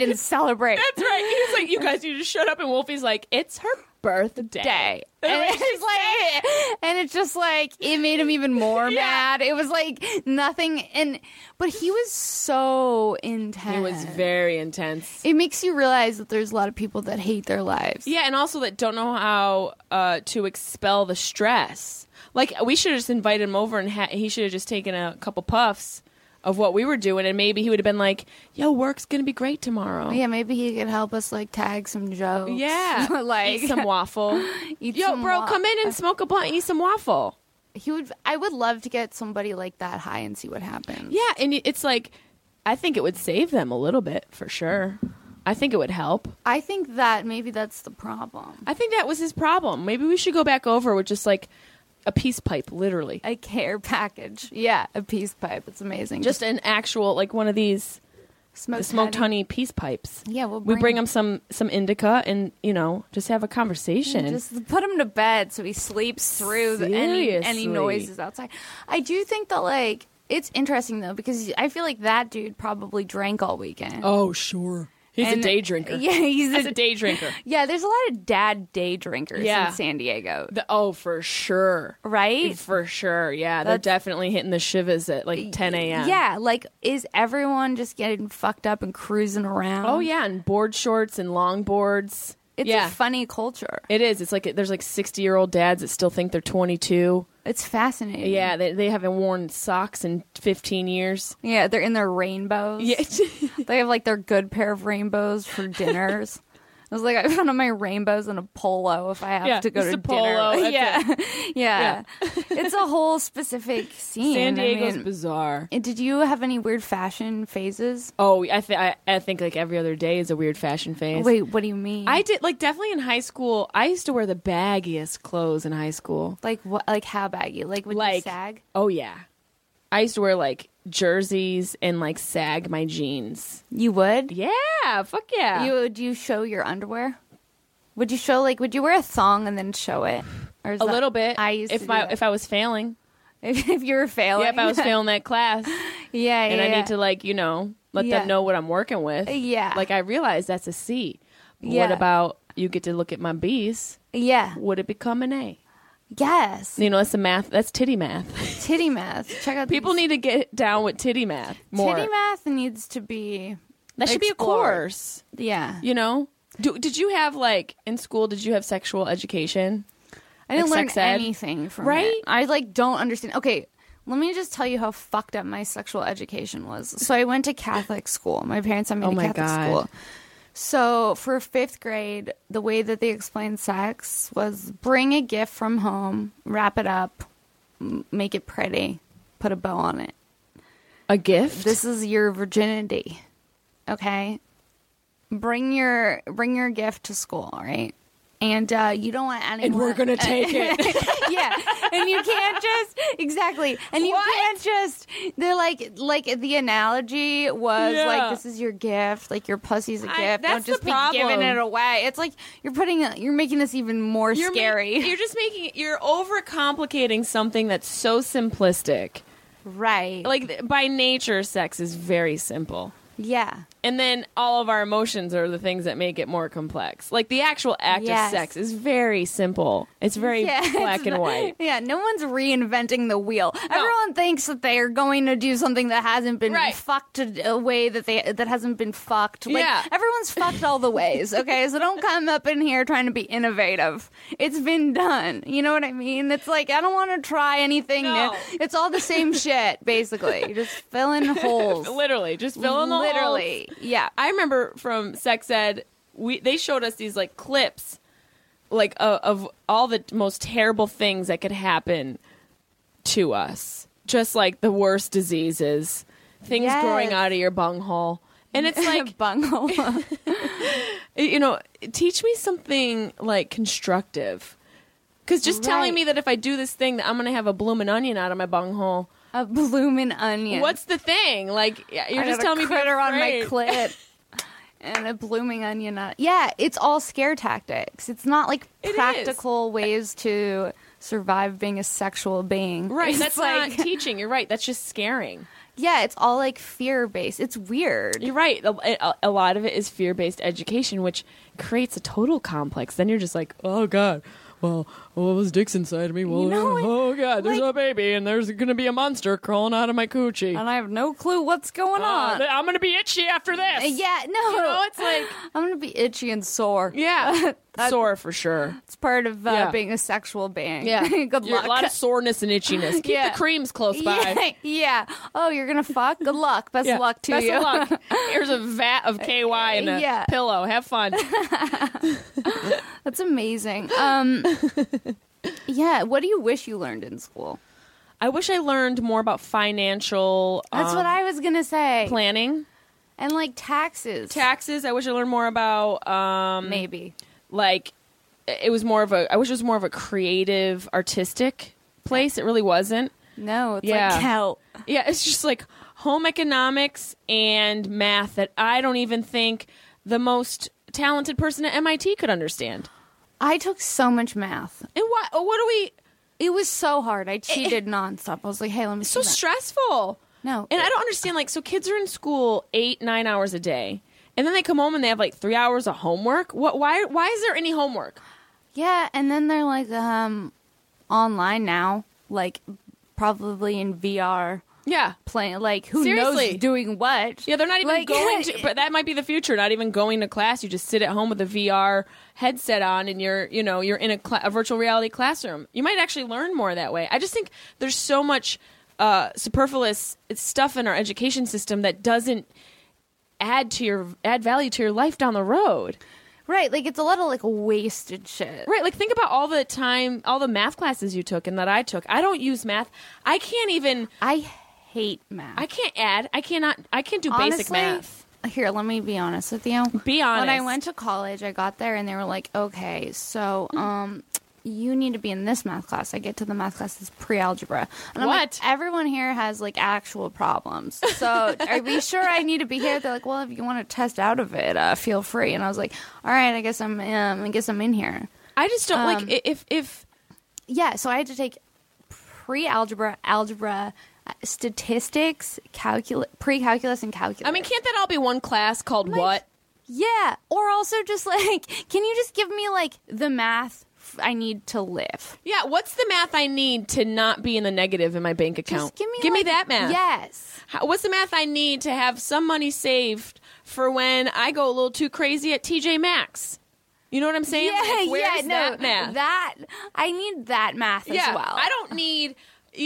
Speaker 1: <laughs>
Speaker 3: and celebrate.
Speaker 1: That's right. He's like, you guys need to shut up. And Wolfie's like, it's her birthday. <laughs>
Speaker 3: day. And it's just like, and it's just like, it made him
Speaker 1: <laughs>
Speaker 3: even more mad. It was like nothing. And, but he was so intense.
Speaker 1: It was very intense.
Speaker 3: It makes you realize that there's a lot of people that hate their lives.
Speaker 1: Yeah, and also that don't know how uh, to expel the stress. Like we should have just invited him over, and ha- he should have just taken a couple puffs of what we were doing, and maybe he would have been like, "Yo, work's gonna be great tomorrow."
Speaker 3: Yeah, maybe he could help us like tag some jokes.
Speaker 1: Yeah,
Speaker 3: <laughs> like
Speaker 1: eat some waffle.
Speaker 3: <laughs> Eat
Speaker 1: Yo,
Speaker 3: some
Speaker 1: bro,
Speaker 3: wa-
Speaker 1: come in and smoke a blunt and eat some waffle.
Speaker 3: He would. I would love to get somebody like that high and see what happens.
Speaker 1: Yeah, and it- it's like, I think it would save them a little bit for sure. I think it would help.
Speaker 3: I think that maybe that's the problem.
Speaker 1: I think that was his problem. Maybe we should go back over with just like a peace pipe, literally,
Speaker 3: A care package. Yeah, a peace pipe. It's amazing.
Speaker 1: just an actual like one of these
Speaker 3: smoke
Speaker 1: smoked honey peace pipes.
Speaker 3: Yeah, we'll
Speaker 1: we bring
Speaker 3: bring-
Speaker 1: him some some indica and you know just have a conversation.
Speaker 3: Just put him to bed so he sleeps through the, any any
Speaker 1: Seriously.
Speaker 3: noises outside. I do think that like it's interesting though because I feel like that dude probably drank all weekend.
Speaker 1: oh sure, he's
Speaker 3: And-
Speaker 1: a day drinker.
Speaker 3: <laughs> Yeah, he's
Speaker 1: he's a day drinker.
Speaker 3: <laughs> Yeah, there's a lot of dad day drinkers
Speaker 1: Yeah.
Speaker 3: in San Diego,
Speaker 1: The- oh, for sure.
Speaker 3: right?
Speaker 1: <laughs> For sure, yeah. They're
Speaker 3: That's-
Speaker 1: definitely hitting the shivas at like 10 a.m.
Speaker 3: Yeah, like is everyone just getting fucked up and cruising around?
Speaker 1: Oh, yeah. And board shorts and longboards.
Speaker 3: It's
Speaker 1: yeah.
Speaker 3: a funny culture.
Speaker 1: it is. It's like there's like 60 year old dads that still think they're 22.
Speaker 3: It's fascinating.
Speaker 1: Yeah. They, they haven't worn socks in 15 years.
Speaker 3: Yeah, they're in their rainbows.
Speaker 1: <laughs>
Speaker 3: they have like their good pair of rainbows
Speaker 1: <laughs>
Speaker 3: for dinners. I was like, I found my rainbows in a polo if I have
Speaker 1: Yeah,
Speaker 3: to go
Speaker 1: just
Speaker 3: to
Speaker 1: a
Speaker 3: dinner. <laughs>
Speaker 1: polo, that's
Speaker 3: yeah. yeah, It's a whole specific
Speaker 1: <laughs>
Speaker 3: scene.
Speaker 1: San
Speaker 3: I
Speaker 1: Diego's
Speaker 3: mean-
Speaker 1: bizarre.
Speaker 3: And did you have any weird fashion phases?
Speaker 1: Oh, I, th- I, I think like every other day is a weird fashion phase.
Speaker 3: Wait, what do you mean?
Speaker 1: I did like definitely in high school. I used to wear the baggiest clothes in high school.
Speaker 3: like what? Like how baggy? Like would you
Speaker 1: like
Speaker 3: sag?
Speaker 1: Oh yeah, I used to wear like jerseys and like sag my jeans.
Speaker 3: You would?
Speaker 1: Yeah, fuck yeah.
Speaker 3: You would you show your underwear? Would you show like would you wear a thong and then show it? Or is
Speaker 1: a
Speaker 3: that-
Speaker 1: little bit.
Speaker 3: I used
Speaker 1: if
Speaker 3: to do
Speaker 1: my
Speaker 3: that.
Speaker 1: if I was failing.
Speaker 3: <laughs> if, if you were failing.
Speaker 1: Yeah, if I
Speaker 3: <laughs>
Speaker 1: was failing that class,
Speaker 3: yeah,
Speaker 1: and
Speaker 3: yeah,
Speaker 1: I
Speaker 3: yeah.
Speaker 1: need to like you know let
Speaker 3: Yeah.
Speaker 1: them know what I'm working with.
Speaker 3: Yeah.
Speaker 1: like I realize that's a C. But What
Speaker 3: Yeah.
Speaker 1: about you get to look at my B's?
Speaker 3: Yeah.
Speaker 1: Would it become an A?
Speaker 3: Yes.
Speaker 1: You know, that's the math. That's titty math. <laughs>
Speaker 3: Titty math. Check out
Speaker 1: People
Speaker 3: these-
Speaker 1: need to get down with titty math more.
Speaker 3: titty math needs to be
Speaker 1: that should be a
Speaker 3: explored.
Speaker 1: course.
Speaker 3: Yeah.
Speaker 1: You know, Do, did you have like in school? Did you have sexual education?
Speaker 3: I didn't
Speaker 1: like
Speaker 3: learn
Speaker 1: sex ed?
Speaker 3: anything from
Speaker 1: Right?
Speaker 3: it. I like don't understand. Okay, let me just tell you how fucked up my sexual education was. So I went to Catholic school. My parents sent me
Speaker 1: Oh
Speaker 3: to
Speaker 1: my
Speaker 3: Catholic
Speaker 1: God.
Speaker 3: school. So for fifth grade, the way that they explained sex was bring a gift from home, wrap it up, m- make it pretty, put a bow on it.
Speaker 1: A gift?
Speaker 3: This is your virginity. Okay? Bring your bring your gift to school, all right? And uh, you don't want anyone
Speaker 4: we're going to take it.
Speaker 3: <laughs> yeah and you can't just exactly and you can't just they're like like the analogy was
Speaker 1: Yeah.
Speaker 3: like this is your gift like your pussy's a
Speaker 1: that's
Speaker 3: gift don't just
Speaker 1: the
Speaker 3: be giving
Speaker 1: problem.
Speaker 3: it away it's like you're putting it- you're making this even more
Speaker 1: You're ma-
Speaker 3: scary <laughs>
Speaker 1: you're just making it. You're overcomplicating something that's so simplistic.
Speaker 3: right
Speaker 1: Like th- by nature, sex is very simple.
Speaker 3: Yeah.
Speaker 1: And then all of our emotions are the things that make it more complex. Like the actual act
Speaker 3: Yes.
Speaker 1: of sex is very simple. It's
Speaker 3: <laughs>
Speaker 1: very
Speaker 3: Yeah, it's
Speaker 1: black and
Speaker 3: not-
Speaker 1: white.
Speaker 3: <laughs> Yeah, no one's reinventing the wheel. Everyone thinks that they are going to do something that hasn't been
Speaker 1: Right.
Speaker 3: fucked a way that they that hasn't been fucked. Like
Speaker 1: Yeah.
Speaker 3: everyone's fucked all
Speaker 1: <laughs>
Speaker 3: the ways. Okay, so don't come up in here trying to be innovative. It's been done. You know what I mean? It's like I don't want to try anything
Speaker 1: No.
Speaker 3: new. It's all
Speaker 1: <laughs>
Speaker 3: the same shit, basically. You're just filling holes.
Speaker 1: Literally, just fill in the holes.
Speaker 3: Literally, yeah.
Speaker 1: I remember from sex ed, we they showed us these like clips, like uh, of all the most terrible things that could happen to us, just like the worst diseases, things
Speaker 3: Yes.
Speaker 1: growing out of your bunghole, and
Speaker 3: <laughs>
Speaker 1: it's like <laughs>
Speaker 3: bunghole.
Speaker 1: you know, teach me something like constructive. Because just telling
Speaker 3: Right.
Speaker 1: me that if I do this thing, that I'm going to have a bloomin' onion out of my bunghole.
Speaker 3: a bloomin' onion.
Speaker 1: What's the thing? Like, yeah, you're
Speaker 3: I
Speaker 1: just
Speaker 3: got a
Speaker 1: telling me be
Speaker 3: critter on my
Speaker 1: afraid. <laughs>
Speaker 3: clit and a blooming onion. Out. Yeah, it's all scare tactics. It's not like
Speaker 1: It is.
Speaker 3: practical ways to survive being a sexual being.
Speaker 1: Right,
Speaker 3: It's
Speaker 1: that's
Speaker 3: <laughs> like
Speaker 1: not teaching. You're right. That's just scaring.
Speaker 3: yeah, it's all like fear based. It's weird.
Speaker 1: You're right. A, a- a lot of it is fear based education, which creates a total complex. Then you're just like,
Speaker 4: Oh God. Well, well, was dick's inside of me. Well,
Speaker 3: You know,
Speaker 4: oh God, there's
Speaker 3: like-
Speaker 4: a baby, and there's gonna be a monster crawling out of my coochie.
Speaker 3: And I have no clue what's going
Speaker 4: Uh,
Speaker 3: on.
Speaker 4: th- I'm gonna be itchy after this.
Speaker 3: Uh, yeah, no.
Speaker 1: oh, it's
Speaker 3: <laughs>
Speaker 1: like,
Speaker 3: I'm gonna be itchy and sore.
Speaker 1: yeah, <laughs> sore for
Speaker 3: <laughs>
Speaker 1: sure.
Speaker 3: It's part of uh,
Speaker 4: Yeah.
Speaker 3: being a sexual
Speaker 1: <laughs>
Speaker 3: being.
Speaker 1: Yeah,
Speaker 3: <laughs> good
Speaker 1: You're-
Speaker 3: luck.
Speaker 1: A lot of soreness and itchiness. Keep
Speaker 3: Yeah.
Speaker 1: the creams close by.
Speaker 3: yeah, <laughs> yeah. Oh, you're gonna fuck. Good luck. Best
Speaker 4: Yeah.
Speaker 3: luck to
Speaker 1: Best
Speaker 3: you.
Speaker 1: of
Speaker 3: <laughs>
Speaker 1: luck. Here's a vat of KY and a
Speaker 3: Yeah.
Speaker 1: pillow. Have
Speaker 3: <laughs>
Speaker 1: fun.
Speaker 3: That's amazing.
Speaker 1: <laughs>
Speaker 3: Um, yeah. What do you wish you learned in school?
Speaker 1: I wish I learned more about financial
Speaker 3: That's
Speaker 1: um,
Speaker 3: what I was gonna say.
Speaker 1: planning,
Speaker 3: And like taxes,
Speaker 1: taxes. I wish I learned more about um,
Speaker 3: maybe.
Speaker 1: like it was more of a. I wish it was more of a creative, artistic place. It really wasn't.
Speaker 3: No, it's
Speaker 1: Yeah.
Speaker 3: like hell.
Speaker 1: Yeah, it's just like home economics and math that I don't even think the most talented person at MIT could understand.
Speaker 3: I took so much math.
Speaker 1: And what? What do we?
Speaker 3: It was so hard. I cheated nonstop. I was like, hey, let me
Speaker 1: Eh, so
Speaker 3: see that.
Speaker 1: stressful.
Speaker 3: No.
Speaker 1: And I don't understand, like, so kids are in school eight, nine hours a day. And then they come home and they have like three hours of homework. What? Why? Why is there any homework?
Speaker 3: Yeah, and then they're like um, online now, like probably in VR
Speaker 1: Yeah,
Speaker 3: playing. Like who
Speaker 1: Seriously.
Speaker 3: knows doing what?
Speaker 1: yeah, they're not even
Speaker 3: Like, <laughs>
Speaker 1: going to. But that might be the future. Not even going to class. You just sit at home with a VR headset on, and you're, you know, you're in a, cla a virtual reality classroom. You might actually learn more that way. I just think there's so much uh, superfluous stuff in our education system that doesn't add to your add value to your life down the road.
Speaker 3: right. Like it's a lot of like wasted shit.
Speaker 1: Right, like think about all the time, all the math classes you took and that I took. I don't use math. I can't even.
Speaker 3: I hate math.
Speaker 1: I can't add. I cannot. I can't do basic
Speaker 3: Honestly,
Speaker 1: math.
Speaker 3: Here, let me be honest with you.
Speaker 1: Be honest.
Speaker 3: When I went to college, I got there and they were like, "Okay, so
Speaker 1: Hmm.
Speaker 3: um you need to be in this math class." I get to the math class that's pre-algebra. And I'm like,
Speaker 1: What?
Speaker 3: Everyone here has like actual problems. So, are
Speaker 1: <laughs>
Speaker 3: we sure I need to be here? They're like, "Well, if you want to test out of it, uh, feel free." And I was like, "All right, I guess I'm um, I guess I'm in here."
Speaker 1: I just don't like
Speaker 3: um,
Speaker 1: like if if
Speaker 3: Yeah, so I had to take pre-algebra, algebra, uh, statistics, calculus, pre-calculus and calculus.
Speaker 1: I mean, can't that all be one class called what?
Speaker 3: Yeah, or also just <laughs> like, can you just give me like the math f- I need to live?
Speaker 1: Yeah, what's the math I need to not be in the negative in my bank account?
Speaker 3: Just give me
Speaker 1: give me
Speaker 3: like-
Speaker 1: that math.
Speaker 3: Yes.
Speaker 1: How, what's the math I need to have some money saved for when I go a little too crazy at TJ Maxx? You know what I'm saying? Like, where's that math?
Speaker 3: That I need that math as well.
Speaker 1: I don't need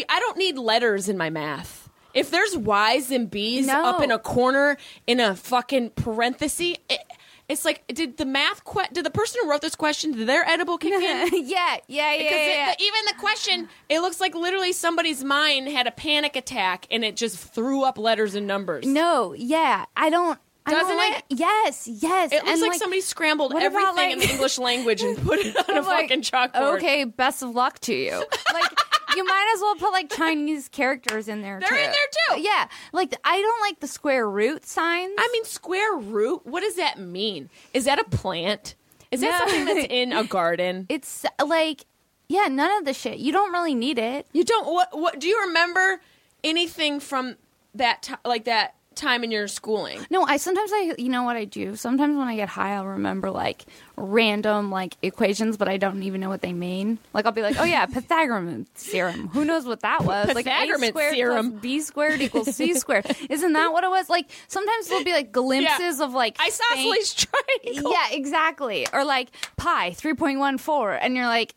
Speaker 1: I don't need letters in my math. If there's Y's and B's
Speaker 3: No.
Speaker 1: up in a corner in a fucking parenthesis, it, it's like did the math que- did the person who wrote this question did their edible kick
Speaker 3: <laughs>
Speaker 1: in?
Speaker 3: yeah, yeah, yeah,
Speaker 1: Because
Speaker 3: yeah, yeah.
Speaker 1: it, the, even the question, it looks like literally somebody's mind had a panic attack and it just threw up letters and numbers.
Speaker 3: no, yeah, I don't. I don't
Speaker 1: e Doesn't
Speaker 3: like,
Speaker 1: it?
Speaker 3: Yes, yes.
Speaker 1: It looks
Speaker 3: and,
Speaker 1: like, somebody scrambled
Speaker 3: what
Speaker 1: everything
Speaker 3: about,
Speaker 1: in
Speaker 3: like-
Speaker 1: the
Speaker 3: <laughs>
Speaker 1: English language and put it on a
Speaker 3: like,
Speaker 1: fucking chalkboard.
Speaker 3: Okay, best of luck
Speaker 1: <laughs>
Speaker 3: to you. Like you might as well put like Chinese characters in there.
Speaker 1: They're
Speaker 3: too.
Speaker 1: in there, too.
Speaker 3: Yeah, like I don't like the square root signs.
Speaker 1: I mean, square root. What does that mean? Is that a plant? Is that
Speaker 3: No.
Speaker 1: something
Speaker 3: <laughs>
Speaker 1: that's in a garden?
Speaker 3: It's like, yeah, none of the shit. You don't really need it.
Speaker 1: you don't. What? What? Do you remember anything from that? T- like that time in your schooling.
Speaker 3: No, I sometimes I you know what I do? Sometimes when I get high I'll remember like random like equations but I don't even know what they mean. Like I'll be like,
Speaker 1: <laughs>
Speaker 3: "Oh yeah, Pythagorean theorem. Who knows what that was?" like A
Speaker 1: Pythagorean
Speaker 3: squared
Speaker 1: theorem.
Speaker 3: plus B squared equals
Speaker 1: <laughs>
Speaker 3: C squared. Isn't that what it was? Like sometimes there'll be like glimpses of like
Speaker 1: Isosceles triangle.
Speaker 3: Yeah, exactly. Or like pi 3.14 and you're like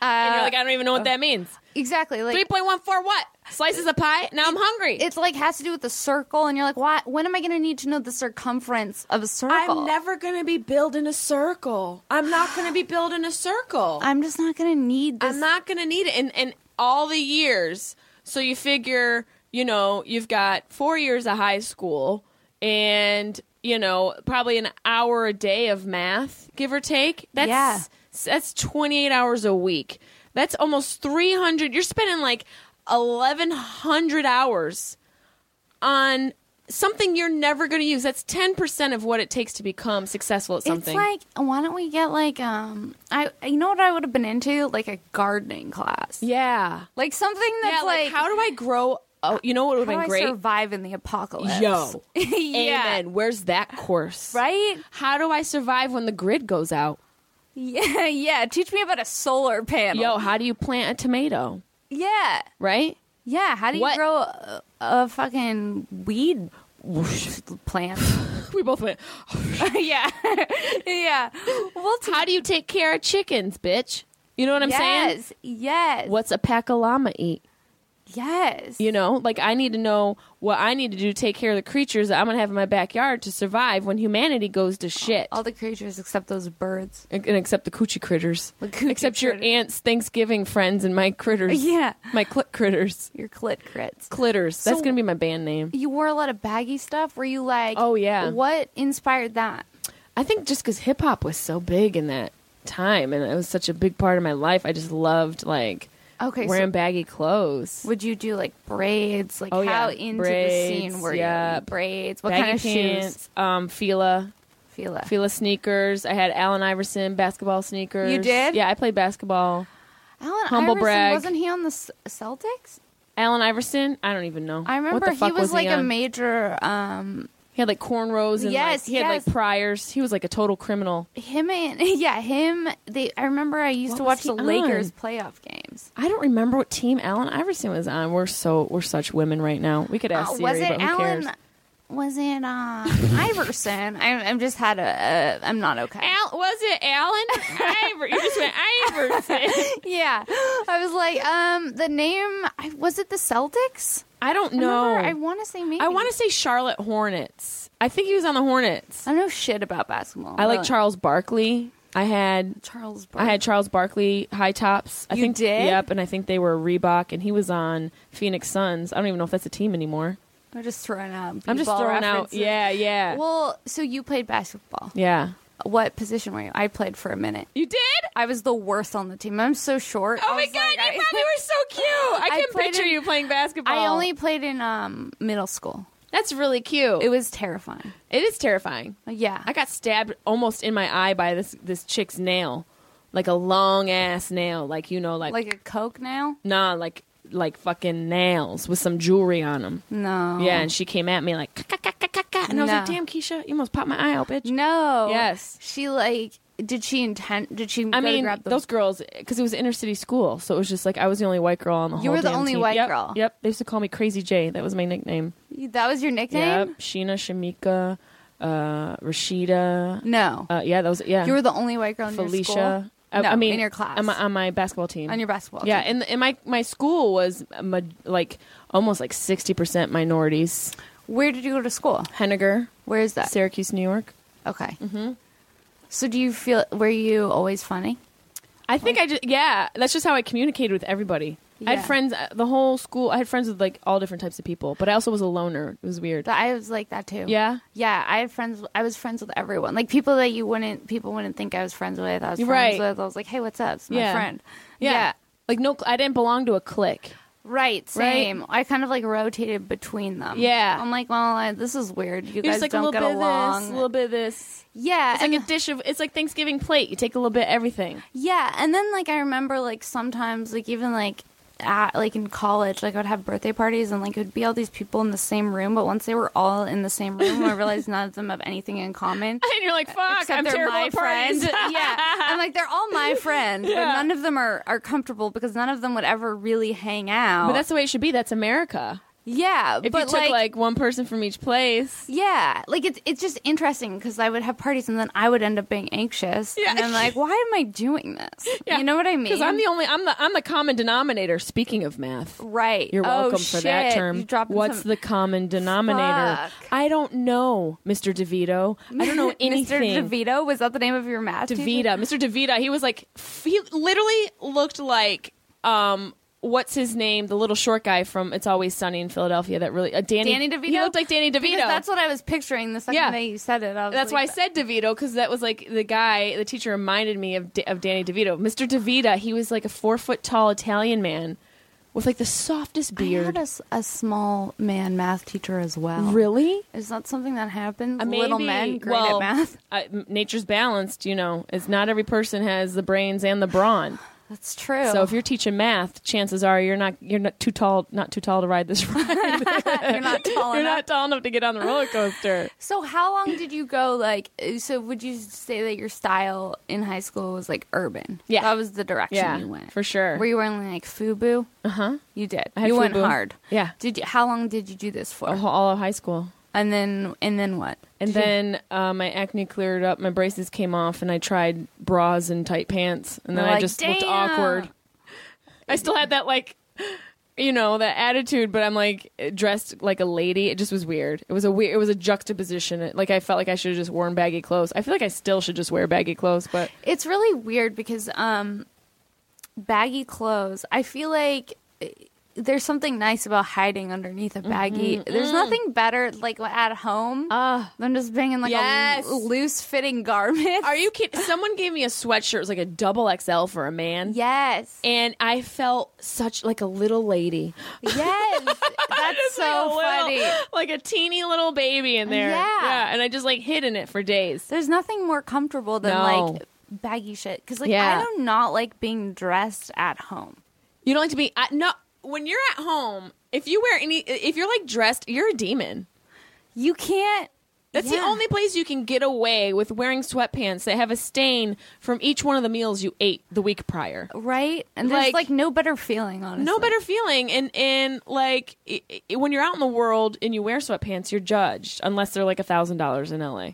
Speaker 3: uh,
Speaker 1: And you're like, I don't even know what that means.
Speaker 3: exactly like
Speaker 1: Three point one four what? Slices of pie. Now I'm hungry.
Speaker 3: it's like has to do with the circle and you're like why when am i going to need to know the circumference of a circle
Speaker 1: I'm never gonna be building a circle. I'm not gonna be building a circle.
Speaker 3: I'm just not going to need this
Speaker 1: I'm not gonna need it. And and all the years. So you figure, you know, you've got four years of high school and you know, probably an hour a day of math, give or take. That's
Speaker 3: Yeah.
Speaker 1: that's twenty eight hours a week. That's almost three hundred you're spending like eleven hundred hours on something you're never going to use that's 10% of what it takes to become successful at something
Speaker 3: It's like why don't we get like um I you know what I would have been into like a gardening class.
Speaker 1: yeah
Speaker 3: Like something that's
Speaker 1: yeah, like,
Speaker 3: like,
Speaker 1: how do I grow? Oh, you know what would
Speaker 3: how
Speaker 1: have
Speaker 3: do I
Speaker 1: been great?
Speaker 3: survive in the apocalypse?
Speaker 1: <laughs> Yo.
Speaker 3: <laughs> yeah.
Speaker 1: Amen. Where's that course?
Speaker 3: Right?
Speaker 1: How do I survive when the grid goes out?
Speaker 3: Yeah, <laughs> yeah. Teach me about a solar panel.
Speaker 1: Yo, how do you plant a tomato?
Speaker 3: Yeah.
Speaker 1: Right?
Speaker 3: Yeah, how do you
Speaker 1: What-
Speaker 3: grow a, a fucking weed plant?
Speaker 1: <laughs>
Speaker 3: <laughs>
Speaker 1: We both went. <laughs>
Speaker 3: yeah. <laughs> yeah. Well, t-
Speaker 1: How do you take care of chickens, bitch? You know what I'm saying?
Speaker 3: yes. Yes.
Speaker 1: What's a pack of llama eat?
Speaker 3: Yes.
Speaker 1: You know, like I need to know what I need to do to take care of the creatures that I'm gonna have in my backyard to survive when humanity goes to shit.
Speaker 3: All the creatures except those birds.
Speaker 1: and except the coochie critters,
Speaker 3: The coochie
Speaker 1: except
Speaker 3: critters.
Speaker 1: your aunt's Thanksgiving friends and my critters.
Speaker 3: Yeah.
Speaker 1: my clit critters.
Speaker 3: Your clit crits.
Speaker 1: Clitters. That's gonna be my band name.
Speaker 3: you wore a lot of baggy stuff. Were you like,
Speaker 1: Oh, yeah.
Speaker 3: What inspired that?
Speaker 1: I think just because hip hop was so big in that time, and it was such a big part of my life, I just loved like
Speaker 3: Okay, so-
Speaker 1: wearing baggy clothes.
Speaker 3: Would you do like braids? Like
Speaker 1: Oh,
Speaker 3: how
Speaker 1: yeah.
Speaker 3: into the
Speaker 1: Braids,
Speaker 3: scene were
Speaker 1: yeah.
Speaker 3: you? Braids. What
Speaker 1: baggy
Speaker 3: kind of
Speaker 1: pants,
Speaker 3: shoes?
Speaker 1: Um, Fila,
Speaker 3: Fila.
Speaker 1: Fila sneakers. I had Allen Iverson basketball sneakers.
Speaker 3: You did?
Speaker 1: Yeah, I played basketball.
Speaker 3: Alan
Speaker 1: Humble
Speaker 3: Iverson,
Speaker 1: brag.
Speaker 3: Wasn't he on the C- Celtics?
Speaker 1: Allen Iverson. I don't even know.
Speaker 3: I
Speaker 1: What
Speaker 3: remember
Speaker 1: the fuck
Speaker 3: he was, like a
Speaker 1: on?
Speaker 3: major. Um,
Speaker 1: He had like cornrows and like,
Speaker 3: Yes,
Speaker 1: he had like
Speaker 3: yes.
Speaker 1: priors. He was like a total criminal.
Speaker 3: him and <laughs> yeah, him. They. I remember I used
Speaker 1: What
Speaker 3: to
Speaker 1: was
Speaker 3: watch
Speaker 1: he
Speaker 3: the
Speaker 1: on?
Speaker 3: Lakers playoff games.
Speaker 1: I don't remember what team Allen Iverson was on. We're so we're such women right now. We could ask
Speaker 3: Uh,
Speaker 1: Siri,
Speaker 3: was it
Speaker 1: but who
Speaker 3: Alan?
Speaker 1: cares?
Speaker 3: Was it uh, <laughs> Iverson? I, I'm just had a. a I'm not okay.
Speaker 1: Al- was it Alan? Iver- you just went Iverson.
Speaker 3: Yeah, <gasps> I was like, um, the name I- was it the Celtics?
Speaker 1: <laughs> I don't
Speaker 3: I
Speaker 1: know.
Speaker 3: remember- I want to say maybe.
Speaker 1: I want to say Charlotte Hornets. I think he was on the Hornets.
Speaker 3: I don't know shit about basketball.
Speaker 1: I like
Speaker 3: Really.
Speaker 1: Charles Barkley. I had
Speaker 3: Charles.
Speaker 1: I had Charles Barkley high tops. I
Speaker 3: You
Speaker 1: think
Speaker 3: did?
Speaker 1: Yep, and I think they were Reebok, and he was on Phoenix Suns. I don't even know if that's a team anymore.
Speaker 3: I'm just throwing out.
Speaker 1: I'm just
Speaker 3: b-ball
Speaker 1: throwing
Speaker 3: references.
Speaker 1: out. Yeah, yeah,
Speaker 3: Well, so you played basketball.
Speaker 1: yeah.
Speaker 3: What position were you? I played for a minute.
Speaker 1: You did?
Speaker 3: I was the worst on the team. I'm so short.
Speaker 1: Oh
Speaker 3: I
Speaker 1: my
Speaker 3: was
Speaker 1: god,
Speaker 3: like,
Speaker 1: you
Speaker 3: I,
Speaker 1: <laughs> probably were so cute. I,
Speaker 3: I
Speaker 1: can
Speaker 3: played
Speaker 1: picture
Speaker 3: in-
Speaker 1: you playing basketball.
Speaker 3: I only played in um, middle school.
Speaker 1: That's really cute.
Speaker 3: It was terrifying.
Speaker 1: it is terrifying.
Speaker 3: Yeah.
Speaker 1: I got stabbed almost in my eye by this this chick's nail, like a long ass nail, like you know, like,
Speaker 3: like a coke now.
Speaker 1: nah, like like fucking nails with some jewelry on them.
Speaker 3: No.
Speaker 1: Yeah, and she came at me like, "Ka, ka, ka, ka, ka," and I was like,
Speaker 3: No.
Speaker 1: "Damn, Keisha, you almost popped my eye out, bitch."
Speaker 3: No.
Speaker 1: Yes.
Speaker 3: She like. Did she intend? Did she?
Speaker 1: I
Speaker 3: go to
Speaker 1: mean,
Speaker 3: grab the-
Speaker 1: those girls, because it was inner city school, so it was just like I was the only white girl on the whole.
Speaker 3: You were the
Speaker 1: damn
Speaker 3: only
Speaker 1: team.
Speaker 3: white
Speaker 1: Yep,
Speaker 3: girl.
Speaker 1: Yep, they used to call me Crazy J. That was my nickname.
Speaker 3: That was your nickname.
Speaker 1: Yep, Sheena, Shamika, uh, Rashida.
Speaker 3: No.
Speaker 1: Uh, yeah, that was yeah.
Speaker 3: You were the only white girl in your school.
Speaker 1: Felicia. Uh, I,
Speaker 3: No,
Speaker 1: I mean,
Speaker 3: in your class.
Speaker 1: on my, on my basketball team,
Speaker 3: On your basketball
Speaker 1: yeah, and,
Speaker 3: team.
Speaker 1: and my my school was ma- like almost like sixty percent minorities.
Speaker 3: Where did you go to school?
Speaker 1: Henniger,
Speaker 3: Where is that?
Speaker 1: Syracuse, New York.
Speaker 3: okay.
Speaker 1: mm-hmm.
Speaker 3: So do you feel? Were you always funny?
Speaker 1: I think I just yeah, that's just how I communicated with everybody. I
Speaker 3: Yeah.
Speaker 1: had friends uh, the whole school. I had friends with like all different types of people, but I also was a loner. It was weird.
Speaker 3: That- I was like that too.
Speaker 1: Yeah?
Speaker 3: Yeah. I had friends. I was friends with everyone. Like people that you wouldn't. People wouldn't think I was friends with. I was friends
Speaker 1: Right.
Speaker 3: with. I was like, hey, what's up? It's my
Speaker 1: Yeah.
Speaker 3: friend.
Speaker 1: yeah. Like no, I didn't belong to a clique.
Speaker 3: Right, same. I kind of like rotated between them.
Speaker 1: Yeah.
Speaker 3: I'm like, well, I, this is weird. You
Speaker 1: You're
Speaker 3: guys
Speaker 1: just like a
Speaker 3: don't
Speaker 1: little
Speaker 3: get
Speaker 1: bit
Speaker 3: along.
Speaker 1: of this, a little bit of this.
Speaker 3: yeah,
Speaker 1: It's
Speaker 3: and,
Speaker 1: like a dish of. It's like
Speaker 3: <laughs>
Speaker 1: Thanksgiving plate. You take a little bit of everything.
Speaker 3: yeah, and then like I remember like sometimes like even like at like in college, like I would have birthday parties and like it would be all these people in the same room. But once they were all in the same room, I realized none of them have anything
Speaker 1: <laughs>
Speaker 3: in common.
Speaker 1: And you're like, fuck,
Speaker 3: Except
Speaker 1: I'm
Speaker 3: they're
Speaker 1: terrible
Speaker 3: my
Speaker 1: at parties. <laughs>
Speaker 3: friend. <laughs> yeah, I'm like they're all my friend, but none of them are are comfortable because none of them would ever really hang out.
Speaker 1: But that's the way it should be. That's America.
Speaker 3: yeah,
Speaker 1: If
Speaker 3: Oh. but
Speaker 1: you took like, one person from each place,
Speaker 3: Yeah, like it's it's just interesting because I would have parties and then I would end up being anxious.
Speaker 1: Yeah.
Speaker 3: and I'm like, why am I doing this? You know what I mean?
Speaker 1: because I'm the only I'm the I'm the common denominator. Speaking of math,
Speaker 3: right.
Speaker 1: You're
Speaker 3: Oh,
Speaker 1: welcome for that
Speaker 3: shit,
Speaker 1: term.
Speaker 3: you dropped
Speaker 1: What's
Speaker 3: some-
Speaker 1: the common denominator?
Speaker 3: Fuck.
Speaker 1: I don't know, Mr. DeVito. I don't
Speaker 3: <laughs>
Speaker 1: know anything.
Speaker 3: Mr. DeVito was that the name of your math? teacher?
Speaker 1: DeVita. Mr. DeVita, he was like f- he literally looked like um what's his name? The little short guy from It's Always Sunny in Philadelphia that really uh, Danny
Speaker 3: Danny DeVito.
Speaker 1: He looked like Danny DeVito.
Speaker 3: Because that's what I was picturing the second
Speaker 1: Yeah.
Speaker 3: day you said it. I was
Speaker 1: That's why I
Speaker 3: like,
Speaker 1: said DeVito because that was like the guy. The teacher reminded me of D- of Danny DeVito, Mr. DeVita. He was like a four foot tall Italian man with like the softest
Speaker 3: I had
Speaker 1: beard.
Speaker 3: a, s- a small man math teacher as well.
Speaker 1: really?
Speaker 3: Is that something that happens?
Speaker 1: Uh,
Speaker 3: Little
Speaker 1: maybe-
Speaker 3: men great
Speaker 1: well, <laughs>
Speaker 3: at math.
Speaker 1: Uh, m- nature's balanced, you know. It's not every person has the brains and the brawn.
Speaker 3: That's true.
Speaker 1: So if you're teaching math, chances are you're not you're not too tall not too tall to ride this <laughs> ride. <laughs>
Speaker 3: you're not <laughs> tall
Speaker 1: you're
Speaker 3: enough.
Speaker 1: not tall enough to get on the roller
Speaker 3: <laughs>
Speaker 1: coaster.
Speaker 3: So how long did you go like uh, so would you say that your style in high school was like urban?
Speaker 1: Yeah.
Speaker 3: That was the direction
Speaker 1: Yeah,
Speaker 3: you went.
Speaker 1: for sure.
Speaker 3: Were you wearing like FUBU?
Speaker 1: Uh-huh.
Speaker 3: You did.
Speaker 1: I had
Speaker 3: you went
Speaker 1: FUBU.
Speaker 3: hard.
Speaker 1: Yeah.
Speaker 3: Did you how long did you do this for?
Speaker 1: All of high school.
Speaker 3: And then and then what?
Speaker 1: And then uh, my acne cleared up, my braces came off, and I tried bras and tight pants, and then
Speaker 3: You're
Speaker 1: I
Speaker 3: like,
Speaker 1: just looked
Speaker 3: "Damn."
Speaker 1: awkward. I still had that like, you know, that attitude, but I'm like dressed like a lady. It just was weird. It was a weird. It was a juxtaposition. It- Like I felt like I should have just worn baggy clothes. I feel like I still should just wear baggy clothes, but
Speaker 3: It's really weird because um baggy clothes, I feel like eh, there's something nice about hiding underneath a baggy.
Speaker 1: Mm-hmm.
Speaker 3: There's
Speaker 1: Mm.
Speaker 3: nothing better like at home than just being in like
Speaker 1: Ah. Yes.
Speaker 3: a loose fitting garment.
Speaker 1: are you kidding? Someone gave me a sweatshirt. It was like a double XL for a man.
Speaker 3: Yes.
Speaker 1: And I felt such like a little lady. <laughs>
Speaker 3: Yes, that's so
Speaker 1: a little-
Speaker 3: funny.
Speaker 1: Like a teeny little baby in there.
Speaker 3: Yeah.
Speaker 1: And I just like hid in it for days.
Speaker 3: There's nothing more comfortable than
Speaker 1: No.
Speaker 3: like baggy shit because like
Speaker 1: Yeah.
Speaker 3: I do not like being dressed at home.
Speaker 1: You don't like to be I, no when you're at home, if you wear any if you're like dressed, you're a demon.
Speaker 3: You can't.
Speaker 1: That's the
Speaker 3: Yeah.
Speaker 1: only place you can get away with wearing sweatpants that have a stain from each one of the meals you ate the week prior.
Speaker 3: Right, and there's
Speaker 1: Like-
Speaker 3: like, no better feeling, honestly.
Speaker 1: No better feeling, and and like i i when you're out in the world and you wear sweatpants, you're judged unless they're like a thousand dollars in LA.